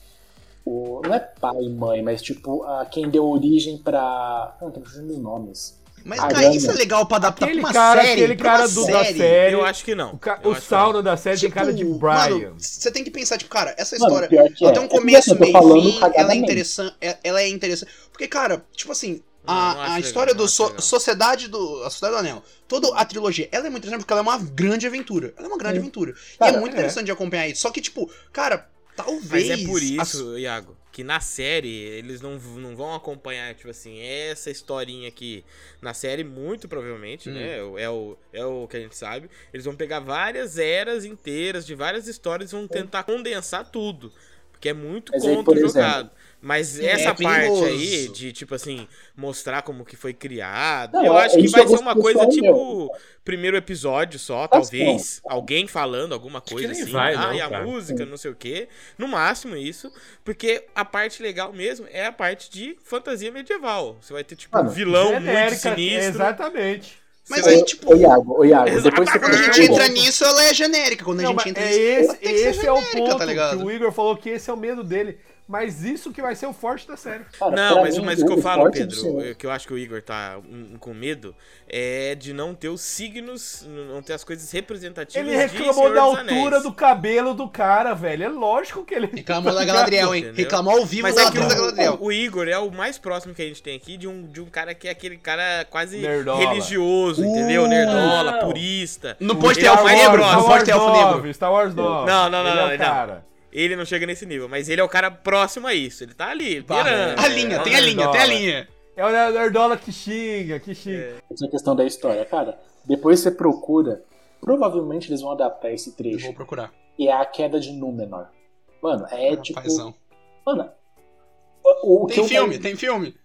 D: o, não é pai e mãe, mas tipo, a quem deu origem pra, não, tô fugindo dos nomes.
C: Mas,
D: Ah,
C: cara,
D: grande.
C: isso é legal pra adaptar
E: Aquele
C: pra uma
E: cara,
C: série.
E: aquele
C: pra
E: cara
C: uma
E: do, da
C: série.
F: É,
E: série.
A: Eu acho que não.
E: O, ca-
A: Eu
E: o
A: acho que
E: sauna da série tem
C: Tipo,
E: cara É de Brian.
C: mano, você tem que pensar, tipo, cara, essa
D: Mano,
C: história.
D: pior que
C: ela
D: é.
C: tem um
D: É que, assim,
C: começo,
D: eu tô
C: meio
D: falando
C: e fim, ela é
D: cagadamente.
C: interessante. é- Ela é interessante. Porque, cara, tipo assim,
A: Não,
C: a,
A: não
C: a
A: acho legal,
C: história
A: não
C: do
A: acho
C: so-
A: legal.
C: Sociedade do. A Sociedade do Anel. Toda a trilogia, ela é muito interessante porque ela é uma grande aventura. Ela é uma grande
D: Sim.
C: aventura. e
D: Cara,
C: é muito
E: é.
C: interessante de acompanhar isso. Só que, tipo, cara, talvez.
A: Mas é por
C: a-
A: isso, Iago, que na série eles não, não vão acompanhar, tipo assim, essa historinha aqui. Na série, muito provavelmente, né? É o- É o, é o que a gente sabe. Eles vão pegar várias eras inteiras de várias histórias e vão tentar condensar tudo. Porque é muito
D: Mas aí, por
A: conto
D: exemplo-
A: jogado. Mas
C: É
A: essa parte
C: perigoso.
A: aí de, tipo assim, mostrar como que foi criado,
D: Não,
A: eu
D: é-
A: acho que
D: isso
A: vai
D: eu
A: ser
D: vou
A: uma
D: discutir
A: coisa
D: aí,
A: tipo primeiro episódio só,
D: Tá
A: talvez. Alguém falando alguma
D: Tipo,
F: que
A: coisa
F: nem
A: assim.
F: vai,
A: ah,
F: não,
A: e a
F: cara.
A: música, não sei o quê. No máximo isso. Porque a parte legal mesmo é a parte de fantasia medieval. Você vai ter, tipo, um
D: Mano,
A: vilão muito
E: é Genérica,
A: sinistro.
E: Exatamente.
C: Mas
A: Você
C: aí,
A: vai-
C: tipo,
D: Ô Iago, ô Iago, depois você
C: quando a gente
A: Ah,
C: entra
A: bom.
C: nisso, ela é genérica. Quando a
E: Não,
C: gente
E: mas
C: entra
E: é
C: nisso.
E: esse,
C: tem que ser
E: esse é o
C: genérica,
E: ponto
C: tá ligado?
E: que o Igor falou que esse é o medo dele. Mas isso que vai ser o forte da série.
D: Cara,
A: Não,
D: pra
A: mas,
D: mim,
A: mas o que eu falo,
D: forte do
A: Pedro,
D: cinema-
A: o que eu acho que o Igor tá hum, com medo, é de não ter os signos, não ter as coisas representativas
E: Ele
A: de
E: reclamou
A: Senhor
E: da
A: dos
E: altura
A: Anéis.
E: do cabelo do cara, velho. É lógico que ele.
C: Reclamou da Galadriel, hein?
A: Entendeu?
C: Reclamou ao vivo
A: Mas
C: da
A: é que
C: altura da Galadriel.
A: o, o Igor é o mais próximo que a gente tem aqui de um, de um cara que é aquele cara quase
E: Nerdola.
A: religioso, entendeu?
C: Uh.
A: Nerdola, purista.
C: Não pode ter
A: Ele é o
C: elfo
A: mais
C: negro,
A: próximo.
E: Star
C: não pode
E: Wars
C: ter elfo negro.
E: 9, Star Wars 9.
A: Não, não, não,
E: Ele é o
A: não, não.
E: cara.
A: Ele não chega nesse nível, mas ele é o cara próximo a isso. Ele tá ali,
C: Barra.
A: pirando.
C: A linha,
A: É,
C: tem a linha, tem a
E: Nerdola.
C: linha.
E: É o Nerdola que xinga, que xinga.
D: essa é questão da história, cara. Depois você procura, provavelmente eles vão adaptar esse
C: Eu
D: trecho.
C: vou procurar.
D: E é a queda de Númenor. Mano, é tipo,
C: Rapazão.
D: mano, o, o que
C: Tem
D: eu-
C: filme, tem filme.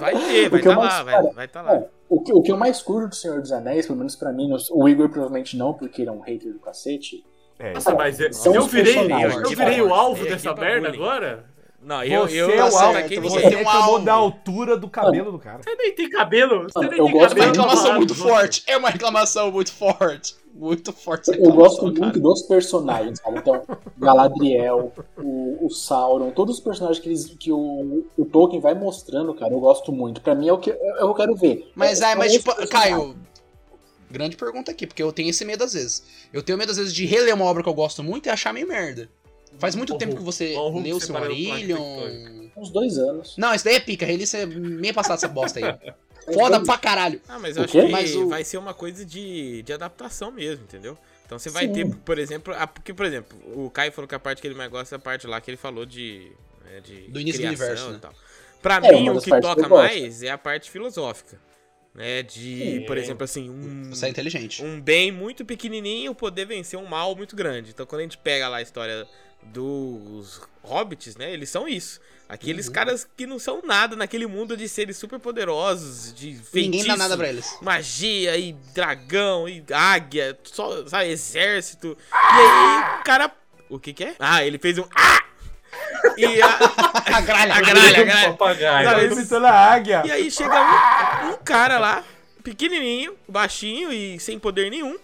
A: Vai ter, vai
D: Porque
A: tá
D: eu
A: lá,
D: acho,
A: vai,
D: cara,
A: vai tá lá.
D: É, o, que, o que eu mais curto do Senhor dos Anéis, pelo menos pra mim, não- o Igor provavelmente não, porque ele é um hater do cacete.
E: É.
F: Nossa, mas é-
D: São
F: eu
D: os
F: virei,
D: personagens.
F: eu virei o alvo
A: É,
F: dessa
A: equipa
F: merda
A: bullying.
F: agora?
A: Não, eu,
E: Você
A: eu,
E: é o
C: tá
E: alvo.
A: pra quem
C: certo,
A: ninguém-
E: Você
C: tem um
E: reclamou
C: alvo.
E: da altura do cabelo do cara.
F: Você nem tem cabelo. Você
D: Mano,
F: nem
D: eu
F: tem
D: gosto
C: É uma
D: muito
F: cabelo. fala
C: reclamação muito
F: dos outros.
C: forte. É uma reclamação muito forte. Muito forte essa
D: Eu gosto
C: reclamação,
D: muito
C: tá cara.
D: dos personagens, cara. Então, Galadriel, o, o Sauron, todos os personagens que, eles, que o, o Tolkien vai mostrando, cara, eu gosto muito. Pra mim é o que eu, eu quero ver.
C: Mas,
D: É-
C: é, mas
D: são
C: tipo,
D: esses personagens.
C: Caio, grande pergunta aqui, porque eu tenho esse medo às vezes. Eu tenho medo às vezes de reler uma obra que eu gosto muito e achar meio merda. Faz muito
F: Ó o
C: tempo que
F: Hulk.
C: você
F: Ó o Hulk
C: leu o seu
F: separando placa
C: Marillion.
D: Uns dois anos.
C: Não, isso daí é pica, reli isso é meio passado essa bosta
D: É
C: aí. Foda pra caralho.
A: Ah, mas eu
D: O
A: acho
D: quê?
A: que
C: Mas o-
A: vai ser uma coisa de, de adaptação mesmo, entendeu? Então você vai
D: Sim.
A: ter, por exemplo, a, porque, por exemplo, o Caio falou que a parte que ele mais gosta é a parte lá que ele falou de. né, de
C: Do início do
A: criação
C: universo,
A: e
C: né?
A: tal. Pra
D: É,
A: mim,
D: uma
A: o
D: das
A: que
D: partes que
A: toca
D: eu gosto.
A: mais é a parte filosófica. Né? De,
F: Sim.
A: por exemplo, assim, um.
C: Você é inteligente.
A: um bem muito pequenininho poder vencer um mal muito grande. Então quando a gente pega lá a história dos hobbits, né, eles são isso. Aqueles
C: Uhum.
A: caras que não são nada naquele mundo de seres super poderosos, de
C: Ninguém dá
A: feitiço,
C: nada pra eles.
A: magia e dragão e águia, só, sabe, exército. E aí o cara, o que que é? Ah, ele fez um ah! E a,
C: A gralha,
A: a gralha, a gralha.
F: Papagaio.
A: Não,
E: Tá
A: esse-
E: imitando a águia.
A: E aí chega um, um cara lá, pequenininho, baixinho e sem poder nenhum,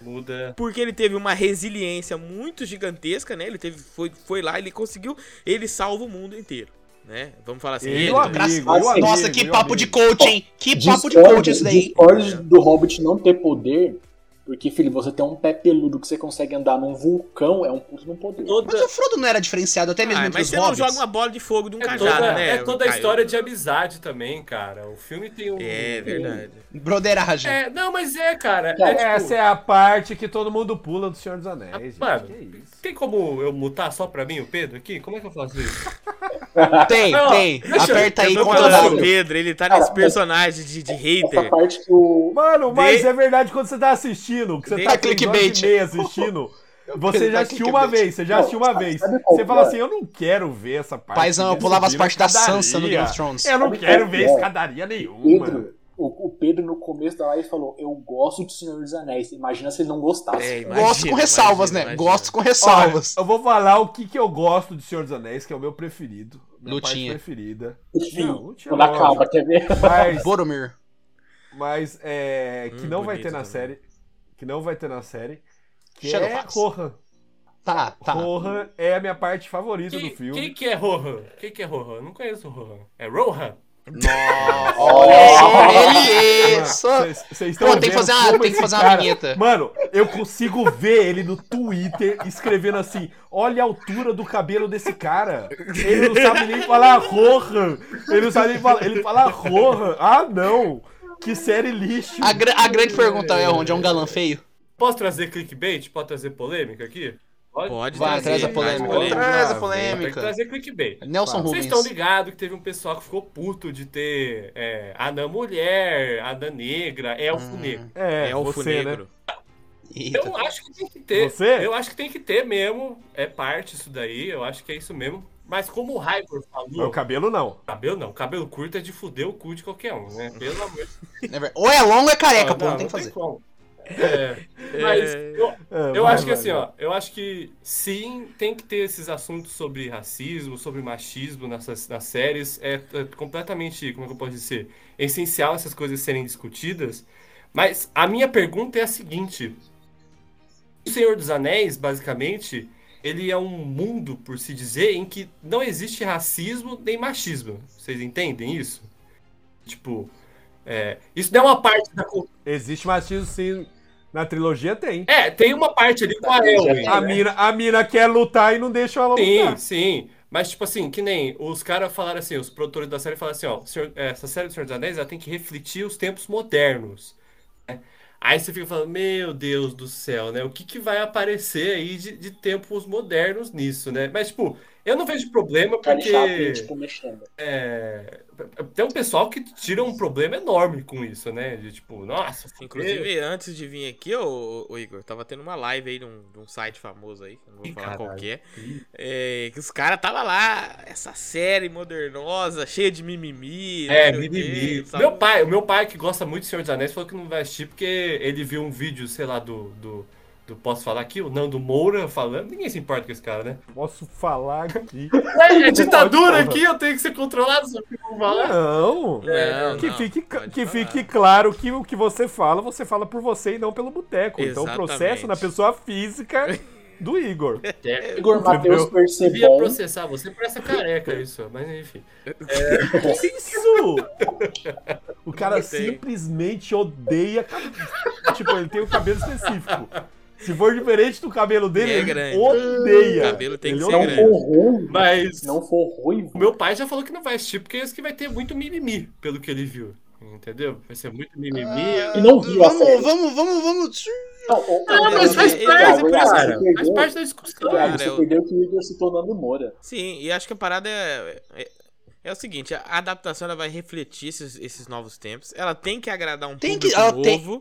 F: Muda.
A: porque ele teve uma resiliência muito gigantesca, né? Ele teve, foi, foi lá, ele conseguiu, ele salva o mundo inteiro, né? Vamos falar assim.
E: E
A: ele,
E: o
A: né?
E: amigo,
D: Nossa,
E: e o
C: Nossa,
E: amigo,
C: que
E: e o
C: papo
E: amigo.
C: de coach, hein? Que papo de
D: Discord-
C: coach isso daí. hein?
D: Discord do Hobbit não ter poder Porque, filho, você tem um pé peludo que você consegue andar num vulcão, é um puto num poder.
C: Mas
F: Toda,
C: o Frodo não era diferenciado até é mesmo
A: Ah,
C: entre
A: mas
C: os
A: você
C: hobbits?
A: não joga uma bola de fogo de um
F: é,
A: cajado,
F: toda,
A: né?
F: é toda a
A: Caio?
F: história de amizade também, cara. O filme tem um.
A: É verdade.
C: Broderagem.
F: É, não, mas é, cara.
D: Cara,
F: é, tipo,
E: Essa é a parte que todo mundo pula do Senhor dos Anéis.
F: Ah,
E: gente,
F: mano.
E: que é isso?
F: Tem como eu mutar só pra mim o Pedro aqui? Como é que eu faço isso?
C: Tem,
F: Não,
C: tem.
F: deixa eu-
C: Aperta Tá aí,
A: eu tô
C: Ctrl
A: falando,
C: W.
A: Pedro, ele tá
D: Cara,
A: nesse personagem de, de
D: Essa
A: hater.
D: parte que o.
E: Mano, mas
A: De-
E: é verdade quando você tá assistindo, que você
A: De-
E: tá
A: Tá
E: com
C: é clickbait.
E: duas e meia assistindo, você
C: Tá
E: já assistiu uma
C: clickbait.
E: vez, você já
D: Não,
E: assistiu uma
D: sabe-
E: vez.
D: sabe qual
E: Você fala
D: é?
E: assim, eu não quero ver essa parte.
C: Paizão, eu
E: desse
C: pulava as
E: vídeo,
C: partes da
E: escadaria.
C: Sansa no Game of Thrones.
E: Eu não
D: Sabe
E: quero
D: qual
E: ver
D: é?
E: escadaria nenhuma.
D: Pedro, o, o Pedro no começo da live falou: Eu gosto do Senhor dos Anéis. Imagina se ele não gostasse.
A: É, imagina,
C: Gosto com ressalvas,
A: imagina,
C: né?
A: imagina.
C: Gosto com
E: Olha,
C: ressalvas.
E: eu vou falar o que, que eu gosto de Senhor dos Anéis, que é o meu preferido. Minha
C: Lutinha.
E: parte preferida.
D: Enfim,
E: Não, não tinha
D: quando
E: nome.
D: acaba, quer ver?
E: Mas,
C: Boromir.
E: mas é, que
A: Hum,
E: não vai ter
A: bonito
E: na
A: também.
E: série. Que não vai ter na série. Que é
C: Shadowfax.
E: Rohan.
C: Tá, tá.
E: Rohan é a minha parte favorita
F: Quem
E: do filme.
F: quem que é Rohan? Quem que é Rohan? Eu não conheço o Rohan. É Rohan?
C: Ele é só...
E: Vocês estão
C: Pô, tem que fazer uma, tem que fazer uma vinheta.
E: Mano, eu consigo ver ele no Twitter escrevendo assim: olha a altura do cabelo desse cara. Ele não sabe nem falar Rohan. Ele não sabe nem falar. Ele fala Rohan. Ah, não! Que série lixo!
C: A, gra- a grande pergunta é onde é um galã feio?
F: Posso trazer clickbait? Posso trazer polêmica aqui?
A: Pode
C: Vai,
A: trazer,
C: traz a polêmica.
E: polêmica.
C: Traz a
E: Ah,
F: Tem que
C: polêmica.
F: trazer clickbait.
C: Nelson
F: Vocês
C: Rubens.
F: estão ligados que teve um pessoal que ficou puto de ter é, anã mulher, anã negra, elfo negro.
E: É,
A: Elfo
E: você,
A: um negro.
C: Hum, Eita.
F: Eu acho que tem que ter.
E: Você?
F: Eu acho que tem que ter mesmo. É parte isso daí, eu acho que é isso mesmo. Mas como o Hyper
E: né? O
F: falou,
E: cabelo não.
F: cabelo não, cabelo curto é de fuder o cu de qualquer um, né? Pelo amor de Deus.
C: É ver- Ou é longo ou é careca,
F: Ah, Não,
C: pô. Não tem
F: não
C: que fazer.
F: como. É, mas eu,
E: É,
F: eu
E: vai,
F: acho que
E: vai,
F: assim,
E: vai.
F: ó, eu acho que sim, tem que ter esses assuntos sobre racismo, sobre machismo nessas, nas séries. É, é completamente, como é que eu posso dizer? É essencial essas coisas serem discutidas. Mas a minha pergunta é a seguinte: O Senhor dos Anéis, basicamente, ele é um mundo, por se dizer, em que não existe racismo nem machismo. Vocês entendem isso? Tipo, é, isso não é uma parte da cultura.
E: Existe machismo sim. Na trilogia tem.
F: É, tem uma parte ali com a Elwin.
E: A mina, a mina quer lutar e não deixa ela
F: Sim,
E: lutar.
F: sim. Mas, tipo assim, que nem os caras falaram assim, os produtores da série falaram assim, ó, Senhor- essa série do Senhor dos Anéis, ela tem que refletir os tempos modernos. né? Aí você fica falando, meu Deus do céu, né? O que que vai aparecer aí de, de tempos modernos nisso, né? Mas, tipo, eu não vejo problema
D: Cara,
F: porque
D: chapinha, tipo, mexendo.
F: é, tem um pessoal que tira um problema enorme com isso, né? De tipo, nossa,
A: Inclusive, antes de vir aqui, ô, ô, ô, Igor, tava tendo uma live aí de um, de um site famoso aí, que eu não vou
F: Ih,
A: falar
F: caralho.
A: qual que é, é, que os caras tava lá, essa série modernosa, cheia de mimimi. não
F: É,
A: sei o quê,
F: mimimi.
A: sabe?
F: Meu pai, o meu pai que gosta muito de Senhor dos Anéis falou que não vai assistir porque ele viu um vídeo, sei lá, do. do, do posso falar aqui? O Nando Moura falando. Ninguém se importa com esse cara, né?
E: Posso falar aqui?
F: É, ditadura
E: Pode falar.
F: aqui, eu tenho que ser controlado, só que eu vou falar.
E: Não.
A: Não,
E: Que,
A: não,
E: fique,
A: pode
E: que
A: falar.
E: fique claro que o que você fala, você fala por você e não pelo boteco. Então o
A: Exatamente.
E: processo na pessoa física do Igor.
F: É,
D: Igor Matheus
F: eu ia
D: Percebon.
F: processar você por essa careca, isso, mas enfim.
E: Que isso? O cara
A: Não tem.
E: simplesmente odeia cabelo. tipo, ele tem um cabelo específico. Se for diferente do cabelo dele,
A: É
E: ele
A: grande.
E: odeia.
A: O cabelo tem que
E: Ele
A: ser
E: odeia.
D: Não
A: grande.
D: for ruim,
F: Mas
D: não for ruim,
F: o meu pai já falou que não vai assistir porque isso que vai ter muito mimimi, pelo que ele viu. Entendeu? Vai ser muito mimimi.
D: E não assim, viu a série.
C: Vamos, vamos, vamos, vamos.
D: Não, o-
F: Ah,
D: o-
F: mas
D: o-
F: faz
D: o-
F: parte,
D: Thiago,
F: cara.
D: você perdeu-
F: Faz parte é da discussão.
D: Thiago,
A: Cara, eu-
D: você perdeu que o Igor se tornando Moura.
A: Sim, e acho que a parada é. é... é o seguinte, a adaptação ela vai refletir esses, esses novos tempos. Ela tem que agradar um
C: Tem
A: público
C: que. Ela tem,
A: novo,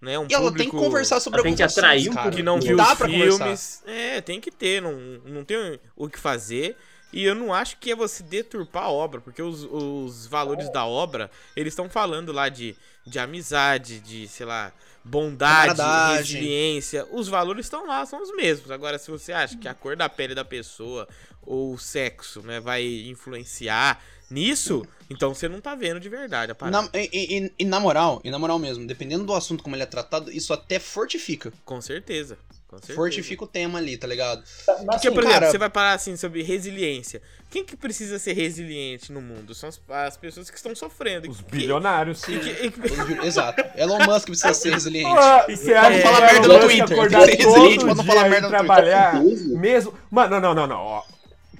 A: né? Um
C: e ela tem que
A: público
C: conversar sobre
F: Ela tem
C: alguns
F: que atrair
C: assuntos,
F: um
C: cara.
A: que não viu
C: dá
A: os
C: pra
A: filmes.
C: conversar.
A: É, tem que ter, não, não tem o que fazer. E eu não acho que é você deturpar a obra, porque os, os valores da obra, eles estão falando lá de, de amizade, de, sei lá, bondade,
C: Camaradagem.
A: resiliência. Os valores estão lá, são os mesmos. Agora, se você acha que a cor da pele da pessoa ou o sexo, né, vai influenciar nisso, então você não tá vendo de verdade a parada.
C: Na- e, e- e- e na moral, e na moral mesmo, dependendo do assunto como ele é tratado, isso até fortifica.
A: Com certeza. Com com certeza.
C: Fortifica o tema ali, tá ligado?
D: Mas,
A: Porque,
D: assim,
A: por exemplo,
C: cara-
A: você vai falar assim sobre resiliência. Quem que precisa ser resiliente no mundo? São as, as pessoas que estão sofrendo.
E: Os
A: Que-
E: bilionários.
A: que- que- que-
C: Exato. Elon Musk precisa ser resiliente.
E: Ah, e você acha
A: não
E: que
A: É, fala
E: o
A: merda
E: Elon
A: no
E: Musk
C: Twitter.
E: acordar
C: Tem que ser
E: todo
C: resiliente pra não
E: dia
C: falar
E: e
C: merda no Twitter.
F: É
E: trabalhar?
D: Beleza.
E: Mesmo. Mano, não, não, não, não. ó.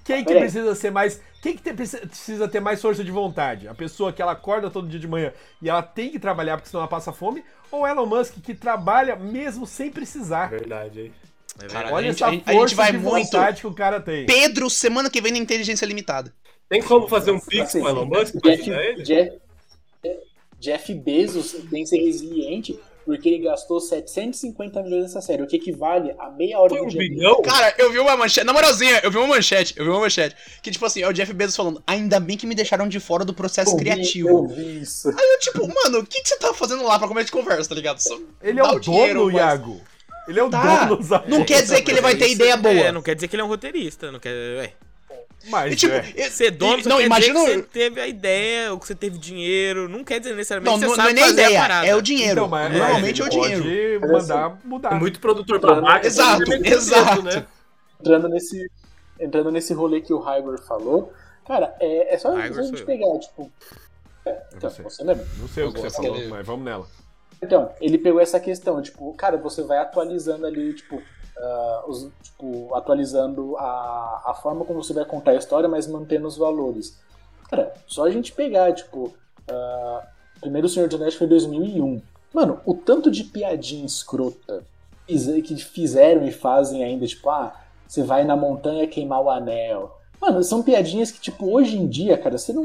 E: Quem que
D: Peraí.
E: precisa ser mais. Quem que te- precisa ter mais força de vontade? A pessoa que ela acorda todo dia de manhã e ela tem que trabalhar porque senão ela passa fome? Ou Elon Musk que trabalha mesmo sem precisar?
F: Verdade, hein?
A: É
C: Cara,
A: verdade.
E: Olha
C: a gente-
E: essa
C: a gente- a
E: força
C: gente vai
E: de
C: muito.
E: vontade que o cara tem.
C: Pedro, semana que vem na inteligência limitada.
F: Tem como fazer um pix
D: Assim,
F: com o Elon Musk pra
D: Jeff,
F: ajudar ele?
D: Jeff, Jeff Bezos tem que ser resiliente porque ele gastou 750 milhões nessa série, o que equivale a meia hora
F: Foi
D: do
F: um
D: dia dele.
F: bilhão?
C: Cara, eu vi uma manchete. Na moralzinha, eu vi uma manchete. Eu vi uma manchete. Que tipo assim, é o Jeff Bezos falando: ainda bem que me deixaram de fora do processo
D: Eu vi-
C: um criativo.
D: Eu vi isso.
C: Aí eu, tipo, mano, o que, que você tá fazendo lá pra começo de conversa, tá ligado? Só
E: Ele é
C: dá
E: o dono,
C: mas-
E: Iago. Ele é o
C: Tá.
E: dono, sabe?
C: Não quer dizer que ele vai ter ideia boa.
A: É, não quer dizer que ele é um roteirista. Não quer, ué.
E: Mas,
C: E, tipo,
E: é.
C: eu-
A: Ser dono
C: e-
A: só
C: não,
A: quer
C: imagina.
A: dizer que você teve a ideia, ou que você teve dinheiro. Não quer dizer necessariamente
C: Não,
A: que
C: não,
A: você
C: não é
A: sabe
C: nem
A: fazer a
C: ideia,
A: parada.
C: é o dinheiro.
E: Então, mas-
C: Normalmente é
E: mas
C: o
E: ele
C: dinheiro.
E: Pode mandar mudar.
F: Tem É muito produtor pra marca.
C: Exato,
F: tem muito
E: é
F: produtor,
C: exato.
F: né?
D: entrando nesse, entrando nesse rolê que o Hygor falou, cara, é, é só a
A: Hygor sou
D: gente
A: eu.
D: pegar, tipo. É, então,
E: você.
D: você lembra?
E: Não sei o que você
D: Nossa,
E: falou,
C: ele-
E: mas vamos nela.
D: Então, ele pegou essa questão, tipo, cara, você vai atualizando ali, tipo, ah, os- tipo, atualizando a, a forma como você vai contar a história, mas mantendo os valores. Cara, só a gente pegar, tipo, ah, primeiro o Senhor dos Anéis foi em 2001. Mano, o tanto de piadinha escrota fize- que fizeram e fazem ainda, tipo, ah, você vai na montanha queimar o anel. Mano, são piadinhas que, tipo, hoje em dia, cara, você não.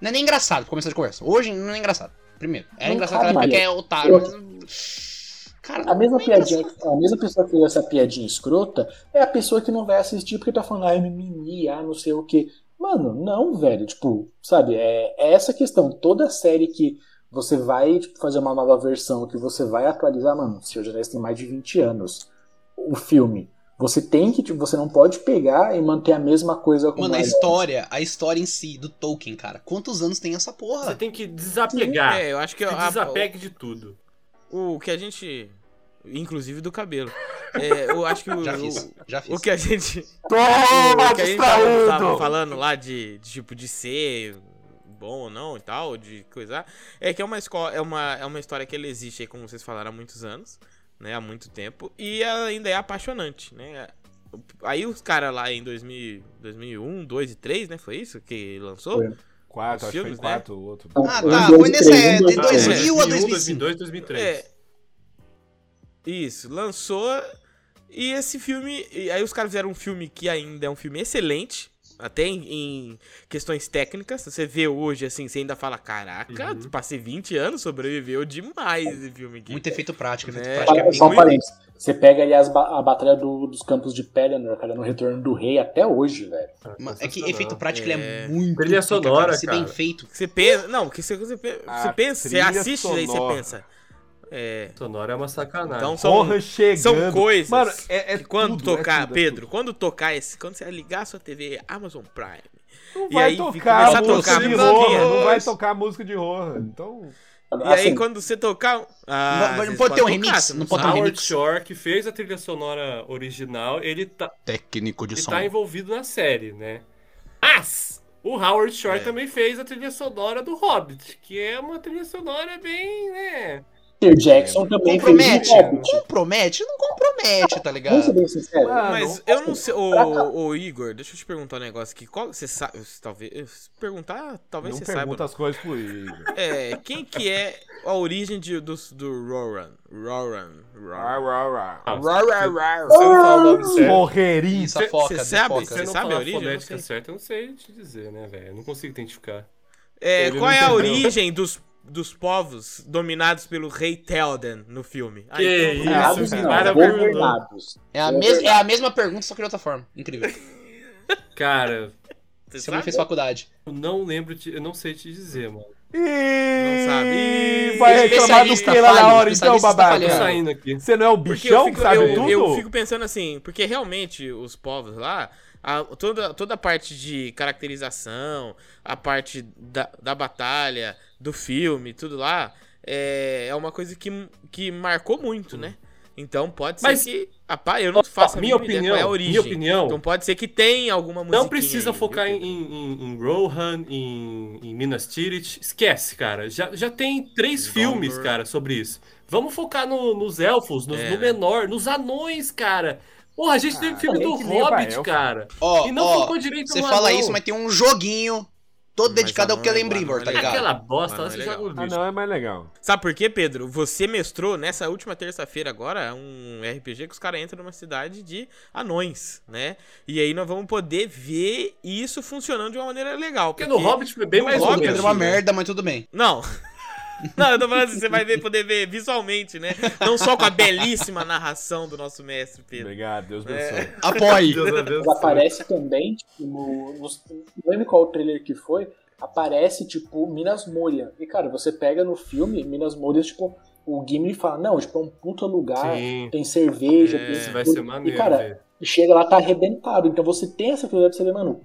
C: Não é nem engraçado pra começar de conversa. Hoje não é engraçado. Primeiro. Era
D: Não
C: engraçado
D: cabe,
C: naquela época porque é otário, mas. Cara,
D: A mesma
C: não é
D: piadinha,
C: engraçado.
D: a mesma pessoa que fez essa piadinha escrota é a pessoa que não vai assistir porque tá falando, ah, mimimi, ah, não sei o quê. Mano, não, velho. Tipo, sabe, é, é essa questão. Toda série que você vai tipo, fazer uma nova versão, que você vai atualizar, mano, o Senhor dos Anéis tem mais de 20 anos. O filme. Você tem que, tipo, você não pode pegar e manter a mesma coisa um como
C: Mano, a
D: era.
C: história, a história em si do Tolkien, cara. Quantos anos tem essa
F: Você
C: porra?
F: tem que desapegar.
A: É, eu acho que
F: Se
A: a-
F: Ah. desapegue de tudo.
A: o, o que a gente. Inclusive do cabelo. É, eu acho que o.
C: Já fiz, já fiz.
A: O que é- a gente.
E: Toma,
A: o que a gente
E: tá
A: tava, tava falando lá de, de, tipo de ser bom ou não e tal, de coisar, é que é uma escola, é uma, é uma história que ela existe aí, como vocês falaram, há muitos anos, né? Há muito tempo. E ela ainda é apaixonante, né? Aí os caras lá em 2000, 2001, 2 e 3, né? Foi isso que lançou?
D: Foi.
E: Quatro, acho que foi
A: filmes, né?
E: quatro, o outro.
D: Então,
C: Ah,
D: um,
C: tá,
D: dois,
C: foi nessa-
D: três, um,
C: de
D: dois, três.
C: 2000 a
F: 2002, 2003.
A: É. Isso, lançou. E esse filme. e aí os caras fizeram um filme que ainda é um filme excelente. Até em, em questões técnicas. Se Você vê hoje, assim, você ainda fala: Caraca,
F: Uhum.
A: passei 20 anos, sobreviveu demais esse filme aqui.
C: Muito efeito prático, efeito
A: Né?
C: prático.
A: Acho que é
D: Só um
A: pinguim.
D: parênteses. Você pega ali as ba- a batalha do- dos campos de Pelennor, cara, no Retorno do Rei até hoje, velho.
C: Ma- É que efeito prático ele
A: É.
C: é muito.
F: Trilha
C: pica,
F: sonora,
C: Se
F: cara.
C: bem feito.
A: Você pensa. Não, que você, você, pe-
E: A
A: você pensa, você
E: trilha
A: assiste aí você
E: sonora.
A: pensa. É.
F: Sonora é uma sacanagem.
A: Então são.
E: Porra, chegando.
A: são coisas
E: Mano, é, é
A: que quando
E: tudo, é
A: tocar,
E: tudo, é
A: Pedro, quando tocar esse. Quando você ligar a sua TV Amazon Prime.
E: tudo. Não
A: e
E: vai
A: aí
E: tocar
A: começa
E: a
A: a tocar
E: música de
A: a musiquinha.
E: Rohan. Não vai tocar a música de Rohan. Então,
A: E
D: Assim,
A: aí quando você tocar. Ah,
C: Não- não
A: vocês
C: pode ter um
A: podem
C: remix?
A: você
C: Não pode ter um
A: sabe.
C: remix?
F: Howard Shore, que fez a trilha sonora original, ele tá,
C: Técnico de
F: ele
C: som.
F: tá envolvido na série, né? Mas o Howard Shore
A: É.
F: também fez a trilha sonora do Hobbit, que é uma trilha sonora bem, né?
D: Peter Jackson também
C: Compromete?
D: fez um Hobbit.
C: Compromete? Não compromete, tá
D: Vamos ser
C: ligado?
D: bem sincero.
E: Ah,
A: Mas eu não sei. Ô, ô, Igor, deixa eu te perguntar um negócio aqui. Qual. Você sabe. Talvez. Se perguntar, talvez
E: não
A: você
E: pergunta
A: saiba.
E: as coisas pro Igor.
A: É, quem que é a origem de, do, do Roran? Roran.
E: Rá,
A: Roran.
E: rá, rá.
F: Ah,
A: Roran.
F: Se eu não falar o
E: Ah!
F: nome certo,
E: Morreria.
C: Isso, a foca,
A: cê sabe?
F: se
C: foca.
A: Cê-
F: eu não
A: sabe a
F: falar a
A: origem? Eu não
F: fonética
A: sei.
F: certa, eu não sei te dizer, né, velho? Eu não consigo identificar.
A: É,
F: Ele
A: qual é
F: não
A: a
F: entendeu.
A: origem dos, dos povos dominados pelo rei Telden no filme? Ah,
F: Que
A: então-
F: isso,
D: Governados
F: cara.
D: não,
F: Para
D: governados.
C: É a, mes é a mesma pergunta, só que de outra forma. Incrível.
F: Cara,
A: Você
C: Você não
A: sabe?
C: fez faculdade.
F: eu não lembro, te- eu não sei te dizer, mano.
E: Ih,
A: sabe.
E: vai reclamar do
C: Especialista
E: que lá na
C: falha,
E: hora, então,
C: especialista
F: Tô
C: Cara.
E: babaca.
C: falhando.
F: saindo aqui.
E: Você não é o
A: Porque eu
E: bichão que
A: fico,
E: sabe
A: eu,
E: tudo?
A: eu fico pensando assim, porque realmente os povos lá, a- toda, toda a parte de caracterização, a parte da, da batalha, do filme, tudo lá, é, é uma coisa que, que marcou muito, né? Então pode ser
F: Mas-
A: que. Ah, pá, eu não faço a
F: minha
A: mínima ideia
F: opinião,
A: qual é a origem.
F: minha opinião.
A: Então pode ser que tenha alguma música.
F: Não precisa focar em, em, em- em Rohan, em, em Minas Tirith. Esquece, cara. Já, já tem três filmes, cara, sobre isso. Vamos focar no- nos elfos, nos,
A: É,
F: no
A: né?
F: menor, nos anões, cara. Porra, a gente teve filme
E: tem
F: do
E: que ligar pra
F: Hobbit,
E: elfo.
F: cara.
C: Ó,
F: e não
C: ó,
F: focou direito
C: você
F: no
C: fala
F: anão.
C: isso, mas tem um joguinho todo
A: Mas
C: dedicado ao
A: anão é
C: Kellen
A: igual,
C: Brimor, tá
A: anão é
C: ligado?
F: Aquela bosta,
A: Mas
F: lá,
A: não é
F: você joga o
E: Ah,
F: lixo.
E: não, é mais legal.
A: Sabe por quê, Pedro? Você mestrou nessa última terça-feira agora um RPG que os caras entram numa cidade de anões, né? E aí nós vamos poder ver isso funcionando de uma maneira legal.
F: Porque é no Hobbit foi bem
A: no
F: mais
C: O
F: ou
A: Hobbit-
F: menos.
C: Pedro é uma
A: né?
C: merda, mas tudo bem.
A: Não. Não, eu tô falando assim, você vai ver, poder ver visualmente, né? Não só com a belíssima narração do nosso mestre, Pedro. É.
E: Obrigado, Deus abençoe.
C: Apoie.
D: Mas aparece também, tipo, no, nos- não lembro qual trailer que foi, aparece, tipo, Minas Moria. E, cara, você pega no filme, Minas Moria, tipo, o Gimli fala, não, tipo, é um puta lugar,
F: Sim.
D: tem cerveja,
A: É,
D: tem
F: Isso vai
D: tudo.
F: ser maneiro,
D: Ah, E, cara,
F: velho.
D: chega lá, tá arrebentado. Então você tem essa curiosidade de saber, mano,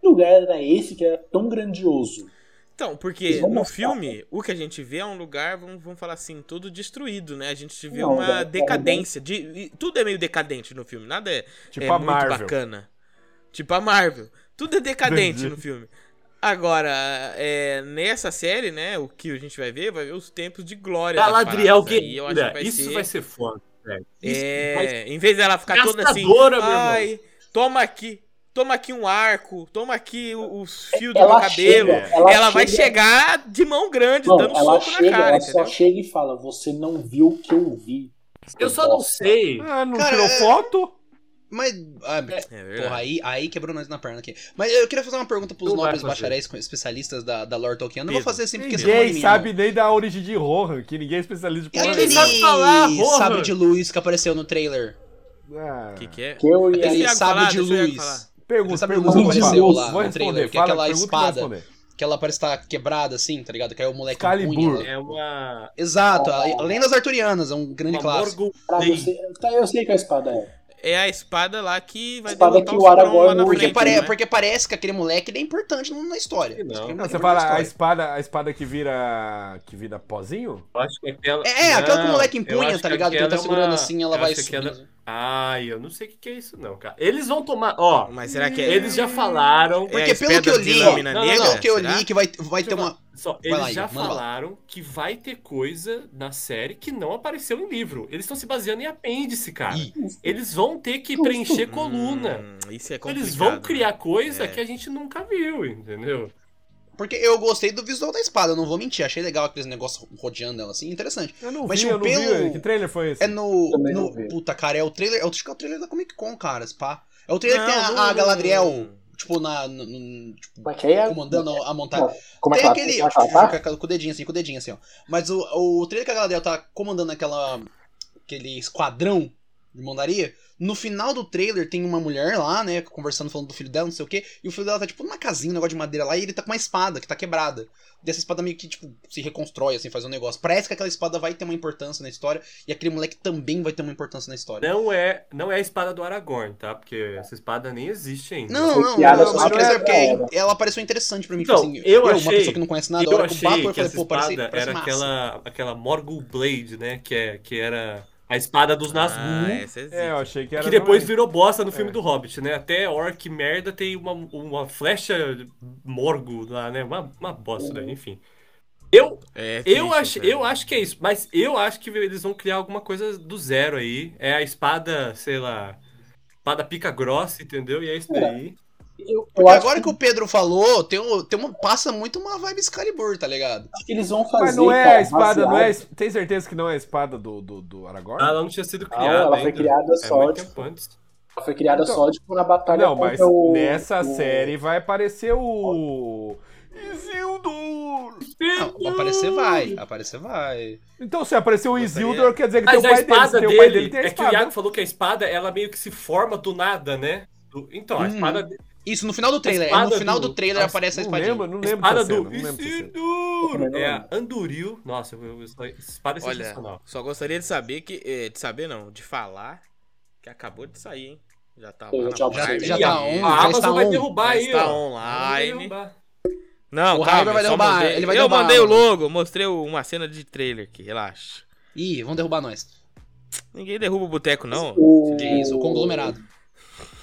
D: que lugar era esse que era tão grandioso?
A: Então, porque
D: Eles vão
A: no
D: mostrar,
A: filme, o que a gente vê é um lugar, vamos, vamos falar assim, todo destruído, né? A gente vê
D: Não,
A: uma
D: velho, é
A: decadência. De, e tudo é meio decadente no filme, nada é,
E: Tipo
A: é
E: a
A: muito
E: Marvel.
A: bacana. Tipo a Marvel. Tudo é decadente
E: Entendi.
A: no filme. Agora, é, nessa série, né, o que a gente vai ver, vai ver os tempos de glória.
C: Tá
A: da
F: Galadriel
A: parada. E eu
C: né?
A: acho que
F: Guerreira. Isso vai ser foda, velho. Isso vai
A: É, em vez dela ficar toda assim,
F: Gastadora, meu irmão.
A: ai, toma aqui, toma aqui um arco, toma aqui o- os fios do meu
D: Ela
A: cabelo.
D: chega,
A: ela vai
D: chega-
A: chegar de mão grande,
D: Não,
A: dando
D: ela
A: soco
D: chega,
A: na cara,
D: ela só
A: entendeu?
D: chega e fala, você não viu o que eu vi.
F: Eu só não sei.
E: Ah, não
C: Cara,
E: tirou
C: é-
E: foto?
C: Mas. ah,
A: É
C: Porra,
A: verdade.
C: aí, aí quebrou nós na perna aqui. Mas eu queria fazer uma pergunta pros
F: Não vai
C: nobres
F: fazer.
C: bacharéis com- especialistas da, da lore Tolkien. Eu não vou
A: Pedro,
C: fazer assim porque você não
E: Ninguém sabe nem da origem de Rohan, que ninguém é especialista de
C: E
E: porra
F: Ele
C: aquele
E: nenhuma.
F: sabe falar, porra.
C: sabre de luz que apareceu no trailer?
E: Ah,
A: O que, que é?
D: Que eu ia...
A: Deixa o
C: Aquele
A: Iago
C: sabre
A: falar,
C: de
A: deixa o Iago
C: luz.
A: falar.
E: Pergunta,
C: sabe
E: pergunta.
D: como
E: vou
D: aconteceu
E: falar. Vou
C: lá no
E: responder,
C: trailer, que é
E: fala,
C: aquela
E: pergunta que eu vou
C: espada-
E: responder.
C: Que ela parece estar quebrada assim, tá ligado? Caiu o moleque
E: Excalibur.
C: punho. lá.
F: É uma.
C: Exato, a- além das arturianas, é um grande
F: uma
C: clássico.
F: Morgul
D: Ah,
C: assim.
F: Day.
D: você... tá, eu sei que a espada é.
A: É a espada lá que vai
D: Espada
A: derrotar
D: que
A: o
D: o Aragorn
A: Sauron lá na frente,
D: usa.
C: Porque,
D: Porque
C: pare-
A: não é?
C: porque parece que aquele moleque ele é importante no- na história.
F: né? Não.
C: Aquele
E: Não,
C: moleque
E: você
C: é importante
E: fala "Ah, a
C: na
E: espada, a espada que vira. que vira pozinho?
F: Eu acho que aquela.
C: história. É, aquela que o
F: Não,
C: moleque
F: eu
C: empunha,
F: acho
C: tá
F: que
C: ligado? Que ele
F: aquela
C: tá
F: é uma-
C: segurando assim, ela
F: eu
C: vai
F: acho que
C: subindo.
F: aquela- é Ai, eu não sei o que, que é isso, não, cara. Eles vão tomar. Ó,
A: Mas será que é.
F: eles já falaram.
A: é
C: Porque
A: as
C: pelo que eu
A: pedras de
C: li,
A: lâmina
F: não, não,
C: Não,
A: negra,
C: não, o que eu
A: será?
C: li que vai, vai ter uma.
F: Só,
C: Hum. Vai
F: eles
C: lá,
F: já
C: Igor, manda lá.
F: falaram que vai ter coisa na série que não apareceu em livro. Eles estão se baseando em apêndice, cara.
C: Ih.
F: Eles vão ter que preencher É coluna.
A: Hum, isso é complicado.
F: Eles vão
A: né?
F: criar coisa
A: É.
F: que a gente nunca viu, entendeu?
C: Porque eu gostei do visual da espada, eu não vou mentir. Achei legal aqueles negócios rodeando ela assim, interessante.
E: Eu não
C: Mas,
E: vi,
C: tipo,
E: eu não
C: pelo-
E: vi. Que trailer foi esse?
C: É no.
D: Também
C: no-
D: não vi.
C: puta, cara, é o trailer. Eu acho que é o trailer da Comic Con, cara, esse pá. É o trailer que tem
A: Não,
C: a, a
A: não-
C: Galadriel, tipo, na. no- no- tipo,
D: Como é que é?
C: comandando a a montagem.
D: Como é
C: tem
D: que ela-
C: aquele.
D: como é que
C: tipo,
D: ela tá?
C: com- com o dedinho assim, com o dedinho assim, ó. Mas o, o trailer que a Galadriel tá comandando aquela. aquele esquadrão de mondaria. No final do trailer tem uma mulher lá, né, conversando, falando do filho dela, não sei o quê. E o filho dela tá tipo numa casinha, um negócio de madeira lá, e ele tá com uma espada que tá quebrada. E essa espada meio que, tipo, se reconstrói, assim, faz um negócio. Parece que aquela espada vai ter uma importância na história, e aquele moleque também vai ter uma importância na história.
F: Não é, não é a espada do Aragorn, tá? Porque essa espada nem existe ainda.
C: Não, não, não,
D: Piada
C: eu só
E: só
C: queria
E: pra
C: saber
D: ela.
C: porque ela pareceu interessante pra mim.
F: Então,
C: tipo assim,
F: eu
C: uma
F: achei-
C: pessoa que não conhece nada, a
F: eu
C: hora que eu bato,
F: achei
C: eu
F: que
C: falei,
F: essa
C: pô, parece,
F: espada
C: parece
F: era
C: massa.
F: aquela, aquela Morgul Blade, né? Que, é, que era a espada dos
A: Ah,
F: Nazgûl.
A: essa é zica.
E: É, eu achei que era.
F: que depois
E: também.
F: virou bosta no filme
E: É.
F: do Hobbit, né? Até Orc merda tem uma, uma flecha Morgul lá, né? Uma, uma bosta,
C: Uhum.
F: né? Enfim. Eu,
A: É
F: eu,
A: triste,
F: acho,
A: velho.
F: eu acho que é isso, mas eu acho que eles vão criar alguma coisa do zero aí. É a espada, sei lá, espada pica grossa, entendeu? E é isso daí.
D: Eu, eu
C: Porque
D: acho
C: agora que o Pedro falou, tem um, tem uma, passa muito uma vibe Excalibur, tá ligado?
D: que eles vão fazer.
E: Mas não é
D: cara,
E: a espada, não é. a
D: baseado-
E: es- Tem certeza que não é a espada do, do, do Aragorn?
F: Ah, Ela não tinha sido
D: Não,
F: criada.
D: ela foi
F: ainda.
D: criada
F: É
D: só,
F: muito
D: tipo,
F: tempo antes.
D: Ela foi criada
E: Então-
D: só tipo, na batalha
E: Não, mas
C: é
D: contra o.
E: nessa
D: o-
E: série vai aparecer o. Isildur!
C: Não, aparecer vai, aparecer vai.
E: Então, se apareceu o
A: Gostaria.
C: é-
E: Isildur, quer dizer que
F: Mas
E: tem
F: a
E: o pai
F: espada
E: dele.
F: dele,
E: Tem o pai dele, tem a
F: é que o
E: espada.
F: Iago falou que a espada, ela meio que se forma do nada, né? Do- Então, a
E: Hum,
C: Uhum.
F: espada
C: Isso, no final do trailer. É
F: espada
C: no final
F: do-
C: do trailer
F: a-
C: aparece a
E: Não
C: espadinha.
E: lembro, não lembro
F: Espada
E: dessa cena,
F: do
E: não lembro dessa cena.
F: Isiduro!
D: cena.
F: É a Anduril. Nossa, eu, eu, eu, espada é
A: Olha,
F: sensacional.
A: só gostaria de saber que. eh, De saber não, de falar que acabou de sair, hein? Já tá lá.
D: Eu
A: na
D: já
A: Prime,
D: observei. Já
C: tá
A: já
C: on,
F: A
C: já está
F: Amazon vai
C: on,
F: derrubar
A: já
F: aí,
A: está
F: ó.
A: online.
F: Vai um derrubar.
A: Não,
C: O
A: calma,
C: Raigor vai
A: eu só
C: derrubar,
A: mandei-
C: ele vai um
A: Eu
C: derrubar
A: mandei o
C: a Amazon.
A: logo, mostrei uma cena de trailer aqui, relaxa.
C: Ih, vão derrubar nós.
A: Ninguém derruba o boteco, não.
D: O...
C: Que isso, o conglomerado.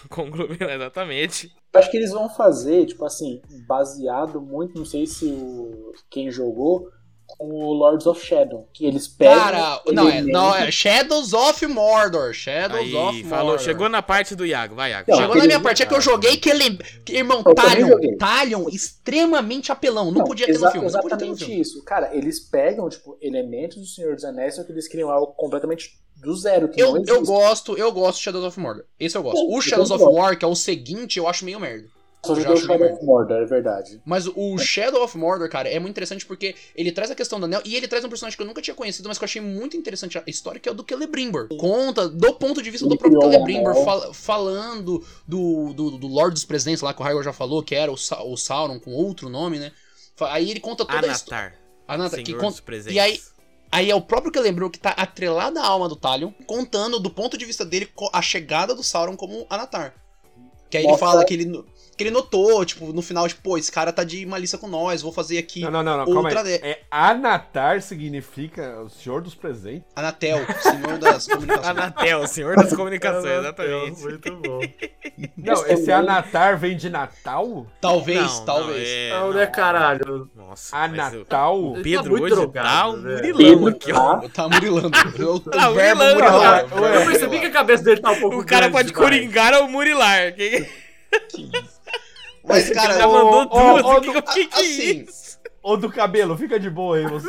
A: Conglomera, exatamente.
D: Eu Acho que eles vão fazer, tipo assim, baseado muito, não sei se o, quem jogou, com o Lords of Shadow, que eles pegam.
C: Cara, não é,
D: elementos-
C: não é Shadows of Mordor, Shadows
A: Aí,
C: of
A: falou,
C: Mordor.
A: chegou na parte do Iago, vai, Iago.
D: Não,
A: Chegou-
C: Chegou na minha parte, é que eu joguei que ele. que, irmão,
D: Eu também
C: Talion.
D: joguei.
C: Talion extremamente apelão. Não, podia ter no
D: exa-
C: filme. Não podia ter no
D: Exatamente
C: filme.
D: isso. Cara, eles pegam, tipo, elementos do Senhor dos Anéis, só que eles criam algo completamente do zero, que
C: Eu,
D: não
C: eu
D: existe.
C: gosto, eu gosto de Shadows of Mordor. Esse eu gosto.
D: Eu-
C: O
D: eu
C: Shadows of
D: gosto.
C: War, que é o seguinte, eu acho meio merda.
D: Só
C: já
D: joguei o
C: acho
D: Shadow
C: merda.
D: of Mordor, é verdade.
C: Mas o Shadow of Mordor, cara, é muito interessante porque ele traz a questão do anel e ele traz um personagem que eu nunca tinha conhecido, mas que eu achei muito interessante a história, que é o do Celebrimbor. Conta do ponto de vista do
D: Ele
C: próprio
D: criou o
C: Celebrimbor,
D: anel.
C: fal- falando do, do, do Lorde dos Presentes lá, que o Hyrule já falou, que era o, Sa- o Sauron com outro nome, né? Fa- Aí ele conta toda a história.
A: Anatar,
C: Anatar, que
A: senhor
C: conta
A: dos presentes.
C: e aí- Aí é o próprio que lembrou que tá atrelada à alma do Talion, contando do ponto de vista dele co- a chegada do Sauron como Anatar. Que aí ele
D: Mostra-
C: fala que ele, no- que ele notou, tipo, no final, tipo, pô, esse cara tá de malícia com nós, vou fazer aqui
E: Não, não, não, não, calma
C: outra
E: aí.
C: de-
E: É, Anatar significa o senhor dos presentes?
C: Anatel, senhor das comunicações.
A: Anatel, senhor das comunicações, exatamente.
F: Muito bom.
E: Não,
C: é
D: Mas
E: esse
D: também-
E: Anatar vem de Natal?
C: talvez,
A: Não, não,
C: talvez.
A: é,
F: Não,
A: não.
F: né, caralho?
A: Nossa, mas eu-
E: Anatal?
A: o
F: Ele tá
A: Pedro
F: muito
A: hoje tá
F: drogado,
A: um
F: velho.
C: é
A: murilão
D: Pedro
A: aqui, ó.
D: tá-
C: Eu tava murilando. Eu, o
A: Tá
C: verbo
A: murilando,
C: murilar.
E: cara. é Ué.
F: Eu percebi que a cabeça dele tá um pouco
A: O cara
F: grande
A: pode
F: demais.
A: coringar ou murilar. Que...
C: Mas,
A: já
C: cara,
E: ô,
A: mandou
E: ô,
A: duas.
E: ô,
A: o que, que, que é
C: assim,
A: isso?
E: Ou do cabelo? Fica de boa aí, você.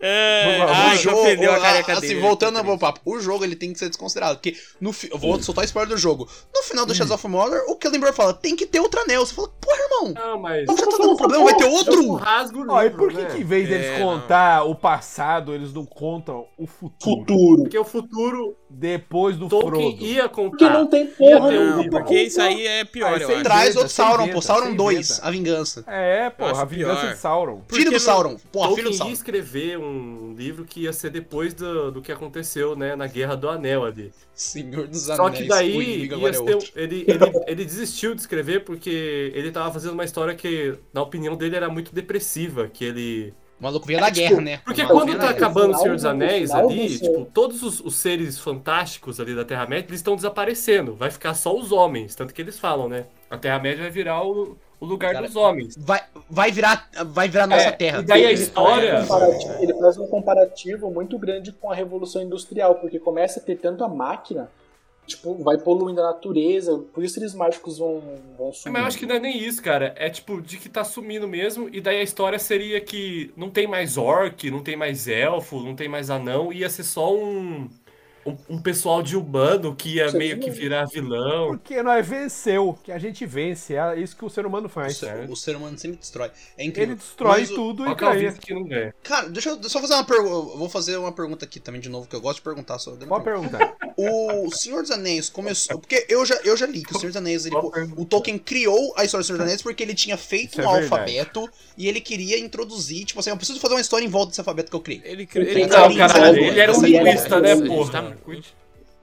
A: É,
E: Vamos lá,
A: ai, já perdeu a careca
C: assim,
A: dele. né?
C: voltando ao meu papo, o jogo ele tem que ser desconsiderado, porque no fi- eu vou soltar spoiler do jogo. No final do Shadows of Mordor, o Celebrimbor fala, tem que ter outro anel. Você fala, porra, irmão,
F: Não, mas.
C: você tá dando problema, vai ter
F: Eu um
C: outro
F: rasgo o livro,
E: Ó, e por que,
F: né?
E: que em vez deles
A: É,
E: contar o passado, eles não contam o futuro?
D: Futuro.
F: Porque o futuro
E: depois do
F: Tolkien
E: Frodo?
F: ia
D: Porque
F: contar.
D: não tem
F: Ia
D: porra
F: ter um
D: nenhuma.
F: livro.
D: pra
A: Porque isso
D: contar.
A: aí é pior, eu
E: Aí você
A: acho.
E: entra-
C: Traz
E: inventa,
C: outro
E: você
C: Sauron, pô,
E: inventa,
C: Sauron
E: você
C: 2,
E: inventa.
C: a vingança.
E: É,
A: Eu
E: porra,
A: acho
E: a vingança
A: pior.
E: de Sauron.
A: Porque
C: Filho do
A: não-
C: Sauron, pô, filho
F: Tolkien
C: do
F: ia
C: Sauron.
F: escrever um livro que ia ser depois do, do que aconteceu, né, na Guerra do Anel ali.
C: Senhor dos
F: Só que daí
C: o inimigo
F: ia
C: agora é
F: ser- um
C: outro.
F: ele, ele, ele desistiu de escrever porque ele tava fazendo uma história que, na opinião dele, era muito depressiva, que ele...
C: O maluco veio da guerra, né?
F: Porque
C: O maluco
F: quando
C: veio
F: tá
C: da guerra.
F: acabando o
D: final
F: Senhor dos
D: do-
F: Anéis
D: final do
F: ali,
D: seu-
F: tipo, todos os, os seres fantásticos ali da Terra-média, eles estão desaparecendo. Vai ficar só os homens, tanto que eles falam, né? A Terra-média vai virar o, o lugar
C: Cara,
F: dos homens.
C: Vai, vai virar, vai virar nossa terra.
F: É, E daí a
D: Ele
F: história...
D: faz um comparativo- Ele faz um comparativo muito grande com a Revolução Industrial, porque começa a ter tanto a máquina, tipo, vai poluindo a natureza, por isso eles mágicos vão, vão
F: É,
D: sumir.
F: Mas eu acho que não é nem isso, cara. É tipo, de que tá sumindo mesmo, e daí a história seria que não tem mais orc, não tem mais elfo, não tem mais anão, ia ser só um, um, um pessoal de humano que ia
D: Isso é
F: meio que
D: verdade.
F: virar vilão.
E: Porque nós venceu, que a gente vence, é isso que o ser humano
C: O
E: faz.
C: ser, o ser humano sempre destrói. É incrível.
E: Ele destrói
C: é Mas o-
E: tudo
F: Só
E: e
F: que ela
E: ganha.
F: visto que não ganha.
C: Cara, deixa eu só fazer uma pergunta. Vou fazer uma pergunta aqui também de novo, que eu gosto de perguntar sobre.
E: Pode perguntar.
C: O Senhor dos Anéis começou. Porque eu já, eu já li que o Senhor dos Anéis. Ele, o Tolkien criou a história do Senhor dos Anéis porque ele tinha feito
E: Isso é
C: um
E: verdade.
C: alfabeto e ele queria introduzir. Tipo assim, eu preciso fazer uma história em volta desse alfabeto que eu criei.
A: Ele, cri-
D: Não,
A: ele,
F: Não,
C: Sabe,
F: caralho,
C: sabe,
F: ele era um
C: sabe,
F: linguista, né,
A: sabe, sabe.
F: porra?
A: tá,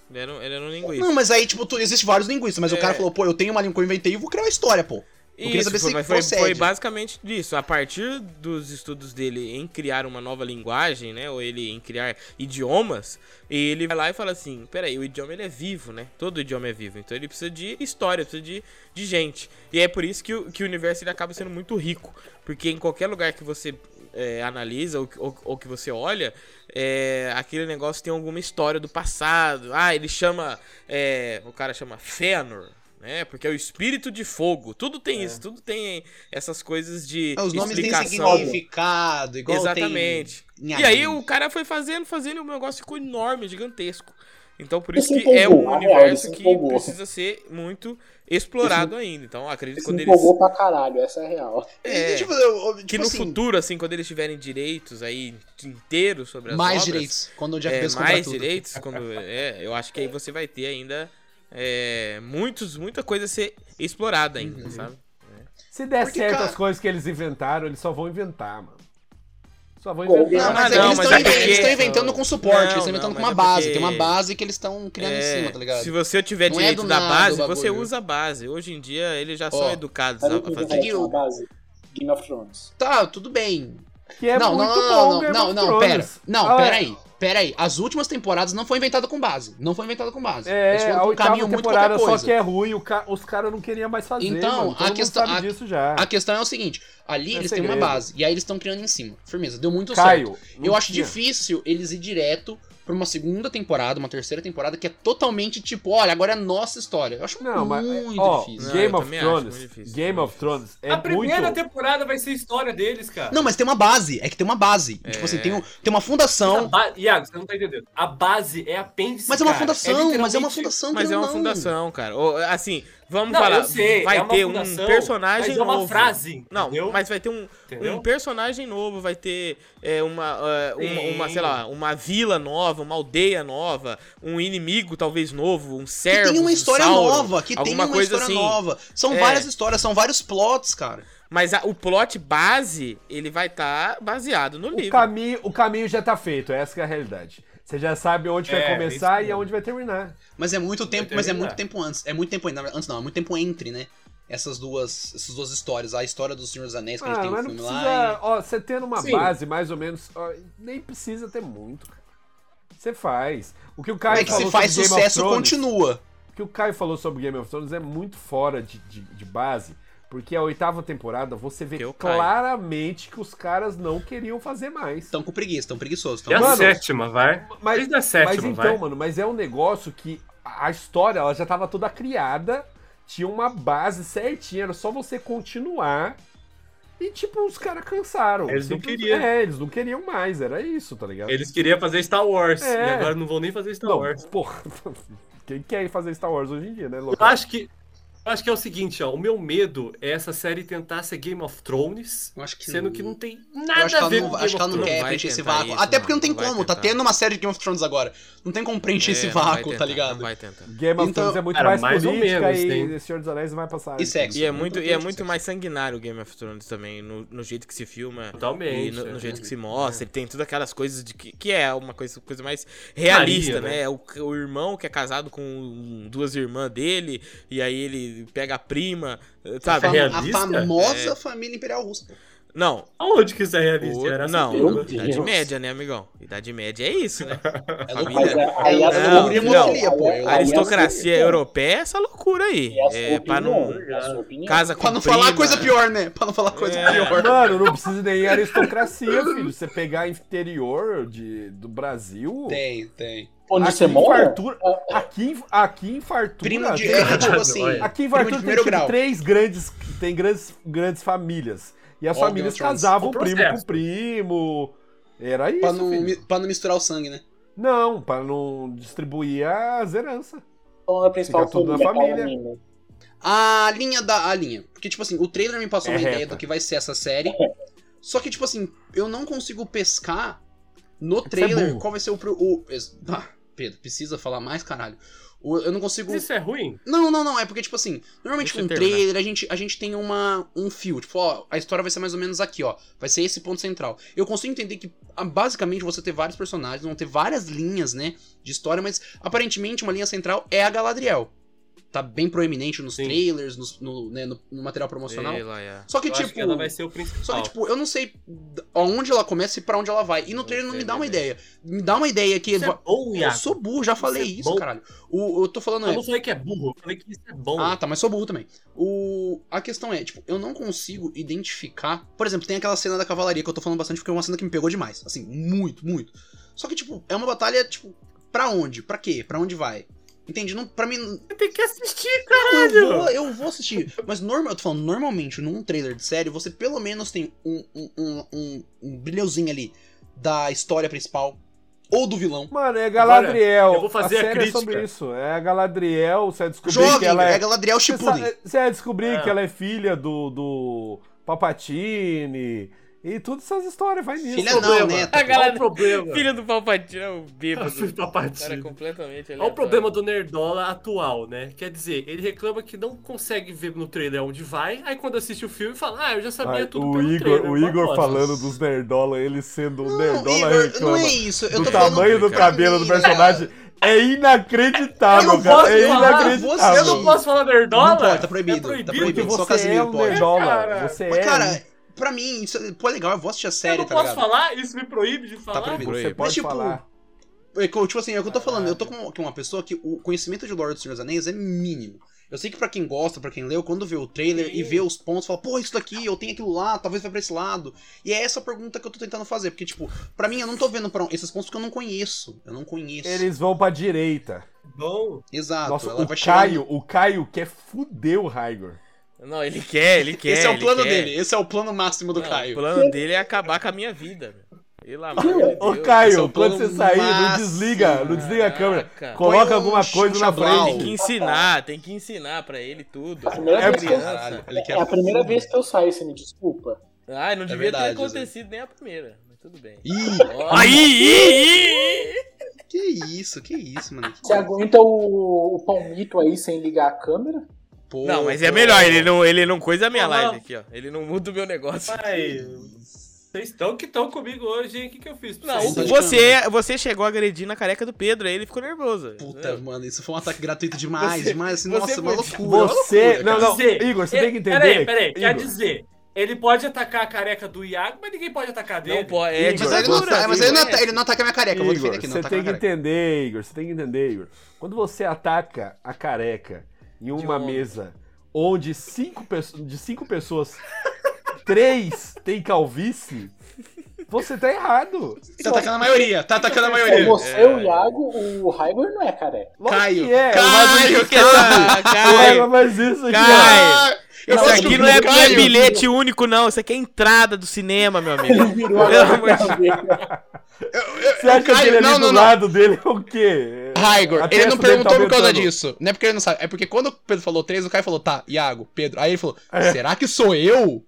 A: ele era um- ele era um linguista.
C: Não, mas aí, tipo, tu, existe vários linguistas, mas o
A: É.
C: cara falou, pô, eu tenho uma língua que eu inventei e vou criar uma história, pô. Eu queria saber se
A: mas foi,
C: procede.
A: foi basicamente disso. A partir dos estudos dele em criar uma nova linguagem, né? Ou ele em criar idiomas, ele vai lá e fala assim: peraí, o idioma ele é vivo, né? Todo idioma é vivo. Então ele precisa de história, precisa de, de gente. E é por isso que o, que o universo ele acaba sendo muito rico. Porque em qualquer lugar que você é, analisa ou, ou- ou que você olha, é, aquele negócio tem alguma história do passado. Ah, ele chama. é, o cara chama Fëanor, né? Porque é o espírito de fogo. Tudo
D: É.
A: tem isso, tudo tem essas coisas de
C: Ah, Os nomes têm
A: explicação.
C: significado, igual
A: Exatamente.
C: tem.
A: E aí o cara foi fazendo, fazendo e o negócio ficou enorme, gigantesco. Então por
D: Ele
A: isso
D: se
A: que é
D: empolgou,
A: um
D: na real, ele se
A: universo que
D: empolgou.
A: precisa ser muito explorado ainda. Então eu acredito que quando
D: Ele se
A: eles
D: empolgou pra caralho, essa é a real.
A: É.
C: Tipo, eu- eu-
A: que
C: tipo
A: no
C: assim,
A: futuro assim, quando eles tiverem direitos aí inteiros sobre as
C: mais
A: obras,
C: direitos. Quando o Jeff
A: é,
C: Bezos comprar
A: mais
C: tudo.
A: direitos quando é, eu acho que aí você vai ter ainda é, muitos muita coisa a ser explorada ainda, sabe?
E: Se der
C: Porque,
E: certo
C: cara-
E: as coisas que eles inventaram, eles só vão inventar, mano. Só vão
D: Pô,
C: Não,
E: inventar.
C: mas,
A: Ah,
C: é
A: não,
C: que eles
A: mas
C: tão
A: é
C: inven- eles
A: porque-
C: estão inventando com suporte, eles
A: Não,
C: estão inventando
A: não,
C: com uma
A: mas é
C: base.
A: porque-
C: Tem uma base que eles estão criando
A: É,
C: em cima, tá ligado?
A: Se você tiver
C: Não é
A: direito
C: do
A: da
C: nada o
A: base,
C: bagulho.
A: você usa a base. Hoje em dia eles já
C: Ó,
A: são educados
D: Sabe
A: a
D: o que
A: fazer
D: vai
A: isso.
C: isso.
D: na base? Game of Thrones.
C: Tá, tudo bem.
E: Que é
C: não,
E: muito
C: não, não,
E: bom, Game
C: não,
E: of
C: não, não,
E: Thrones.
C: pera. Não,
E: Ah,
C: pera aí. Pera aí, as últimas temporadas não foi inventada com base. Não foi inventada com base. Eles
E: É,
C: foram
E: a
C: pra um
E: oitava temporada
C: qualquer
E: só que é ruim, o ca- os caras não queriam mais fazer.
C: Então,
E: mano.
C: a
E: Todo mundo
C: questão-
E: sabe
C: a-
E: disso já.
C: A questão é o seguinte: ali
E: É
C: eles têm
E: segredo.
C: uma base, e aí eles estão criando em cima. Firmeza, deu muito certo.
E: Caio, não
C: Eu acho
E: tinha.
C: difícil eles ir direto pra uma segunda temporada, uma terceira temporada, que é totalmente tipo, olha, agora é nossa história. Eu acho
E: Não, mas
C: muito
E: ó,
C: difícil.
A: Não,
E: Game
A: eu
E: of
A: também acho
E: Thrones,
A: muito difícil,
E: Game
A: muito
E: of Thrones é
F: a primeira
E: muito
F: temporada vai ser história deles, cara.
C: Não, mas tem uma base, é que tem uma base. Tipo assim,
A: É.
C: tem, um- tem uma fundação.
F: A ba- Iago, você não tá entendendo. A base é apêndice.
C: Mas é uma
F: cara.
C: fundação, mas é uma
F: literalmente-
C: fundação
A: Mas é
C: querendo
A: uma
C: ou não.
A: fundação, cara. Ou, assim, vamos
F: Não,
A: falar.
F: eu sei,
A: vai
F: é uma
A: ter
F: fundação,
A: um personagem
F: mas é uma
A: novo.
F: frase,
A: Não,
F: entendeu?
A: mas vai ter um,
F: Entendeu?
A: um personagem novo, vai ter é, uma, é, uma,
F: Sim.
A: uma, sei lá, uma vila nova, uma aldeia nova, um inimigo talvez novo, um
C: Que
A: servo.
C: tem uma
A: um
C: história
A: Sauron,
C: nova, que tem
A: alguma
C: uma
A: coisa
C: história
A: assim.
C: nova. São
A: É.
C: várias histórias, são vários plots, cara.
A: Mas a- o plot base, ele vai estar baseado
C: um
A: no
E: O
A: livro.
E: caminho, o caminho já tá feito, essa que é a realidade. Você já sabe onde
F: É,
E: vai começar
F: isso
E: e aonde vai terminar.
C: Mas é muito tempo, mas é
F: terminar.
C: muito tempo antes. É muito tempo antes, na verdade, antes não, é muito tempo entre, né? Essas duas, essas duas histórias, a história do Senhor dos Anéis que a gente
E: Ah,
C: tem o
E: mas não
C: filme lá.
E: precisa. Ó, você tendo uma
F: Sim.
E: base, mais ou menos, ó, nem precisa ter muito, cara. Você faz. O que o
C: e-
E: Caio
C: É que
E: falou
C: se faz
E: sobre Game of
C: sucesso,
E: Thrones-
C: continua.
E: O que o Caio falou sobre Game of Thrones é muito fora de, de, de base, porque a oitava temporada você vê
C: é
A: Que eu caio.
E: claramente que os caras não queriam fazer mais.
C: Estão com preguiça, estão preguiçosos.
F: É
C: Tão...
F: a
E: Mano,
F: sétima, vai.
E: mas-
F: Desde a sétima,
E: mas então,
F: vai.
E: mano, mas é um negócio que a a história ela já tava toda criada, tinha uma base certinha, era só você continuar. E tipo, os caras cansaram.
F: Eles não
E: Simples-
F: queriam.
E: É, eles não queriam mais, era isso, tá ligado?
F: Eles queriam fazer Star Wars,
E: É.
F: e agora não vão nem fazer Star
E: não,
F: Wars.
E: porra. Quem quer ir fazer Star Wars hoje em dia, né,
F: Eu
E: louco?
F: acho que. Eu acho que é o seguinte, ó. O meu medo é essa série tentar ser Game of Thrones,
C: Eu acho que
F: sendo que não tem
C: Eu
F: nada
C: acho que
F: a
C: ela
F: ver
C: não,
F: com
C: acho que
F: Game
C: ela não
F: of
A: Thrones.
C: quer
A: Não vai
C: preencher esse
A: tentar
C: vácuo.
A: isso,
C: Até porque não
A: mano,
C: tem
A: não vai
C: como, tá
A: tentar.
C: tendo uma série de Game of Thrones agora. Não tem como preencher
A: É,
C: esse
A: não vai
C: vácuo, tá
A: tentar,
C: ligado?
A: Não vai tentar.
E: Game of
C: Então-
E: Thrones é muito
F: Cara,
E: mais,
F: mais ou
E: política
F: menos,
E: e
F: tem.
E: Senhor dos Anéis vai passar.
C: E sexo.
A: E é muito, e é
C: Totalmente
A: muito
C: sexo.
A: mais sanguinário o Game of Thrones também, no, no jeito que se filma.
F: Totalmente,
A: E no, no
F: é.
A: jeito que se mostra. Ele tem todas aquelas coisas de que, que é uma coisa, coisa mais realista,
F: Maria,
A: né?
F: né?
A: É O, o irmão que é casado com um, duas irmãs dele, e aí ele pega a prima, eh,
C: A,
A: sabe?
F: É real-
C: fam- a
F: realista?
C: famosa família imperial russa.
A: Não,
F: Aonde que isso é realista?
A: o,
F: Era essa
A: não,
F: pergunta.
D: Meu
A: Idade
D: Deus.
A: Média, né, amigão? Idade Média é isso, né?
C: É
D: Mas
C: loucura.
D: a, aí
C: É
D: a
A: não,
D: sua opinião,
A: não.
D: aí a-
C: Pô,
D: aí a
A: A aristocracia
D: sua opinião.
A: europeia é essa loucura aí.
D: E a sua
A: É, pra não.
D: opinião, né? a sua opinião.
A: Casa com
C: Pra não falar
A: prima.
C: coisa pior, né? Pra não falar coisa
A: É.
C: pior.
E: Mano, não precisa nem aristocracia, filho. Você pegar interior de, do Brasil.
C: Tem, tem.
D: Onde você
E: aqui, em
D: mora?
E: Fartura, aqui, em- aqui em Fartura.
C: É. Primo de.
E: tem-
C: É, tipo assim.
F: Olha.
E: aqui em
C: primo
E: Fartura
C: de
E: tem
C: primeiro
E: tipo,
C: grau.
E: três grandes. Tem grandes, grandes famílias. E as
C: Ó, Game
E: famílias
C: of Thrones.
E: casavam
F: O
E: primo com
F: processo.
E: primo. Era isso.
C: Pra não,
E: filho.
C: mi- pra não misturar o sangue, né?
E: Não, pra não distribuir as heranças.
D: Então a principal
E: Fica tudo na família.
D: Carolina.
C: A linha da. A linha. Porque, tipo assim, o trailer me passou
E: É
C: uma ideia
E: reta.
C: do que vai ser essa série. Só que, tipo assim, eu não consigo pescar no trailer
E: é burro.
C: qual vai ser o. pro- o es- ah, Pedro, precisa falar mais, caralho. O- Eu não consigo.
F: Isso é ruim?
C: Não, não, não. É porque, tipo assim,
A: Deixa
C: normalmente com
A: eu
C: um
A: terminar.
C: trailer a gente, a gente tem uma, um fio. Tipo, ó, a história vai ser mais ou menos aqui, ó. Vai ser esse ponto central. Eu consigo entender que, ah, basicamente, você ter vários personagens, vão ter várias linhas, né? De história, mas aparentemente uma linha central é a Galadriel. Tá bem proeminente nos
F: Sim.
C: trailers, nos- no, né, no, no material promocional.
A: Sei lá, é.
C: Só que,
F: Eu
C: tipo.
F: acho que ela vai ser o principal.
C: Só que, tipo, eu não sei d- aonde ela começa e pra onde ela vai. E no
A: Não
C: trailer não
A: sei,
C: me dá uma
A: beleza.
C: ideia. Me dá uma ideia que.
F: isso é
C: va-
F: bom,
C: Eu
F: Iago.
C: sou burro, já falei
F: Isso é
C: isso,
F: bom.
C: caralho. O, eu tô falando.
F: Eu
C: é,
F: não falei que é burro, eu falei que isso é bom.
C: ah, tá, mas sou burro também. O... A questão é, tipo, eu não consigo identificar. Por exemplo, tem aquela cena da cavalaria que eu tô falando bastante porque é uma cena que me pegou demais. Assim, muito, muito. Só que, tipo, é uma batalha, tipo, pra onde? Pra quê? Pra onde vai? Entende? Não, pra mim. não-
F: Você tem que assistir,
C: Eu
F: caralho!
C: vou, eu vou assistir. Mas normal, eu tô falando, normalmente, num trailer de série, você pelo menos tem um, um, um, um, um brilhozinho ali da história principal ou do vilão.
E: Mano, é Galadriel.
F: Agora, eu vou fazer a
E: série
F: crítica.
E: É sobre isso. É a Galadriel, você vai descobrir que
C: Jovem,
E: ela é.
C: é Galadriel
E: Você
C: Shippuden.
E: sa- Você vai descobrir
F: É.
E: que ela é filha do, do Papatini e todas essas histórias, vai nisso.
C: Filha não, né?
F: problema.
C: neta.
A: A
F: Qual o
A: galera.
F: problema?
A: Filho do Palpatine é o bêbado.
F: Filho do
A: Cara,
F: Palpatine.
A: completamente
F: Tá Olha o problema do Nerdola atual, né? Quer dizer, ele reclama que não consegue ver no trailer onde vai, aí quando assiste o filme fala, ah, eu já sabia
E: Ai,
F: tudo
E: o
F: pelo
E: Igor,
F: trailer.
E: o
F: uma
E: Igor
F: bosta.
E: falando dos Nerdola, ele sendo um
C: Não,
E: Nerdola
C: Igor,
E: reclama.
C: não é isso. Eu
E: do
C: tô falando
E: tamanho do
C: pra
E: cabelo
C: mim,
E: do personagem é inacreditável,
C: Eu
E: cara.
F: posso
E: é
F: falar,
E: inacreditável.
C: você
F: Eu não posso falar Nerdola? É
C: Não pode, tá proibido, tá proibido.
E: Porque
C: só
E: você é
C: Casimiro
E: um
C: pode.
E: Nerdola.
F: Cara,
E: Você
C: Mas,
E: é.
C: cara, pra mim, isso, pô, é legal, eu vou assistir a série,
F: eu não
C: tá
F: posso
C: ligado?
F: falar? Isso me proíbe de falar?
C: proibido.
E: você
A: mas,
E: pode
C: tipo,
E: falar.
C: É que eu- Tipo assim, é o que eu tô falando. Eu tô com com uma pessoa que o conhecimento de Lord dos Senhores dos Anéis é mínimo. Eu sei que pra quem gosta, pra quem leu, quando vê o trailer e vê os pontos, fala, pô, isso daqui, eu tenho aquilo lá, talvez vai pra esse lado. E é essa pergunta que eu tô tentando fazer, porque, tipo, pra mim eu não tô vendo pra um, esses pontos que eu não conheço. Eu não conheço.
E: Eles vão pra direita.
F: Bom,
C: Exato,
E: Nossa,
C: Ah, ela
E: o
C: vai chegar.
E: Caio, o Caio quer fuder o Raigor.
A: Não, ele quer, ele quer.
C: Esse é o
A: ele
C: plano
A: quer.
C: dele, esse é o plano máximo do
A: Não,
C: Caio.
A: O plano dele é acabar com a minha vida, meu. Pelo amor de Deus.
E: Ô
C: esse é o
E: Caio,
C: plano
E: quando você sair, não
C: máximo.
E: desliga, não desliga a câmera.
A: Caraca.
E: Coloca
C: Põe um
E: alguma coisa na
C: chachablau.
E: frente.
A: Tem que ensinar, tem que ensinar pra ele tudo.
D: A primeira
A: É
D: vez que eu-
A: criança.
C: Ele quer
D: É a primeira vez que eu saio, você me desculpa.
A: Ai, não devia
C: verdade,
A: ter acontecido nem a primeira, mas tudo bem.
C: Ih,
A: Ó, Aí, ih, ih, ih.
C: que isso, que isso, mano. Que
D: Você aguenta o, o palmito aí sem ligar a câmera?
C: pô,
A: Não, mas é
C: pô.
A: melhor, ele não, ele não coisa a minha
F: Olá.
A: live aqui, ó. Ele não muda o meu negócio.
F: pai, vocês estão que estão comigo hoje, hein? O que, que eu fiz pra
A: Não,
F: vocês?
C: Sim.
A: você, você chegou agredindo a careca do Pedro, aí ele ficou nervoso.
C: Puta, mano, isso foi um ataque gratuito demais,
A: Você-
C: demais. Assim,
A: você
C: nossa,
A: foi-
C: uma loucura.
E: Você.
C: uma
E: Não,
C: loucura,
E: não,
F: Quer dizer,
E: Igor, você
F: ele-
E: tem que entender.
F: É, Peraí, peraí, quer
E: Igor,
F: dizer, ele pode atacar a careca do Iago, mas ninguém pode atacar dele.
A: Não pode, é
E: Igor,
C: Mas, ele não,
A: ditadura,
C: ataca- mas ele, não,
A: Igor.
C: ataca- ele não ataca minha careca, eu vou defender
E: Igor,
C: aqui, não
E: você
C: ataca
E: tem
C: minha
E: que
C: careca.
E: entender, Igor, você tem que entender, Igor. Quando você ataca a careca em uma
A: homem.
E: mesa onde cinco pesso- de cinco pessoas, três têm calvície, você tá errado.
C: Você tá atacando a maioria, tá atacando a maioria.
A: é.
D: você, o Iago, o Raigor não é careca.
E: Lógico
C: Caio,
E: que é.
A: Caio, que essa...
E: Caio,
A: Caio,
E: mas isso aqui,
A: Caio.
E: ó.
C: Ah, eu
A: isso
C: acho que
A: aqui
C: o
A: não é, não é
C: Caio-
A: bilhete único, não. Isso aqui é entrada do cinema, meu amigo.
D: Virou a
A: Pelo amor de
D: cabeça.
E: Você acha que
C: Caio,
E: aquele ali
C: não,
E: do
C: não, não.
E: lado dele é o quê?
C: Raigor,
E: A
C: ele
E: testa dele
C: não
E: tá
C: perguntou por causa
E: aumentando.
C: disso. Não é porque ele não sabe. É porque quando o Pedro falou três, o Caio falou, tá, Iago, Pedro. Aí ele falou,
E: É.
C: será que sou eu?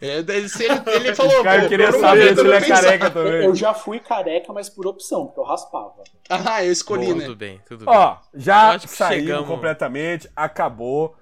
C: É, Ele, se ele- ele falou,
E: O Caio
C: pô,
E: queria
C: por um
E: saber
C: momento
E: se
C: eu
E: ele é
C: pensava.
E: careca também.
D: Eu já fui careca, mas por opção, porque eu raspava.
C: Ah, eu escolhi,
A: Boa,
C: né?
A: Tudo bem, tudo bem.
E: Ó, já
A: Acho que
E: saímos
A: chegamos.
E: completamente, acabou.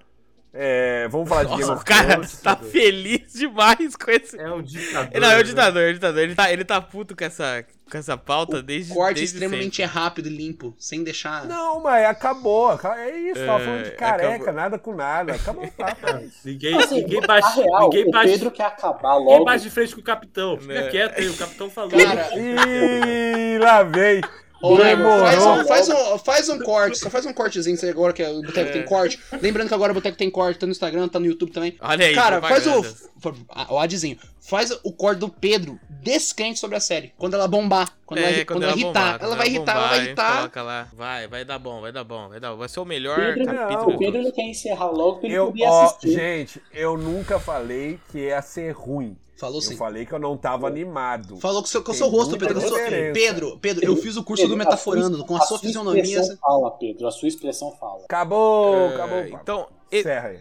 E: É, vamos falar de Game
A: Nossa, o
E: of
A: cara
E: Thrones.
A: tá feliz demais com esse.
F: É um ditador.
A: Não, é o
F: né?
A: ditador, é o ditador. Ele tá, ele tá puto com essa, com essa pauta desde.
C: O corte
A: desde
C: extremamente
A: sempre.
C: rápido e limpo, sem deixar.
E: Não, mas acabou. É isso, tava
A: É,
E: falando de careca,
A: acabou.
E: nada com nada. Acabou o papo. é isso.
F: Ninguém,
D: Assim,
F: ninguém
D: na
F: bate,
D: real,
F: ninguém
D: o
F: bate,
D: Pedro quer acabar
F: ninguém
D: logo.
F: bate de frente com o capitão. Fica
A: Né.
F: quieto aí, o capitão falou.
C: Cara,
E: Ih, lá vem.
C: Ô, Raigor, faz, um,
E: Demorou.
C: faz, um, faz um corte, só faz um cortezinho você agora que o Boteco tem corte. Lembrando que agora o Boteco tem corte, tá no Instagram, tá no YouTube também.
A: Olha aí,
C: Cara, faz o.
A: propagandas.
C: f- O adzinho. Faz o corte do Pedro descrente sobre a série. Quando ela bombar. Quando,
A: É,
C: ela, quando ela irritar.
A: bombar,
C: ela
A: quando
C: vai irritar, ela
A: bombar,
C: vai
A: aí
C: irritar.
A: Coloca lá. Vai, vai dar bom, vai dar bom, vai dar bom. Vai ser o melhor
D: Pedro,
E: não,
A: capítulo.
D: o
A: de
D: Pedro
A: todos.
D: ele quer encerrar logo pra ele
E: Eu,
D: poder
E: ó,
D: assistir.
E: gente, eu nunca falei que ia ser ruim.
C: Falou
E: Eu
C: sim.
E: falei que eu não tava animado.
C: Falou com seu, com
E: Tem
C: seu rosto,
E: muita
C: Pedro. Eu sou-
E: diferença.
C: Pedro, Pedro, eu fiz o curso do
D: Pedro, a
C: Metaforando.
D: sua-
C: Com a sua fisionomia.
D: expressão fala, Pedro, a sua expressão fala.
E: Acabou,
A: É,
E: acabou. o papo.
A: Então, e-
E: Encerra aí.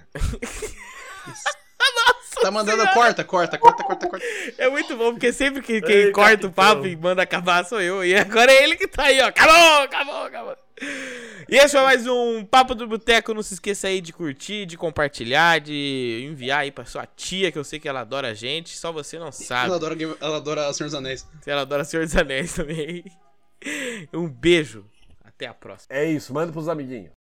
C: você Tá mandando. Corta, corta, corta, corta, corta.
A: é muito bom, porque sempre que quem
F: Ei,
A: corta o
F: capitão.
A: papo e manda acabar sou eu. E agora é ele que tá aí, ó. Acabou, acabou, acabou. E esse foi mais um Papo do Boteco. Não se esqueça aí de curtir, de compartilhar, de enviar aí pra sua tia, que eu sei que ela adora a gente. Só você não sabe.
C: Ela adora, Game- ela adora Senhor dos Anéis.
A: Ela adora Senhor dos Anéis também. Um beijo. Até a próxima.
E: É isso, manda pros amiguinhos.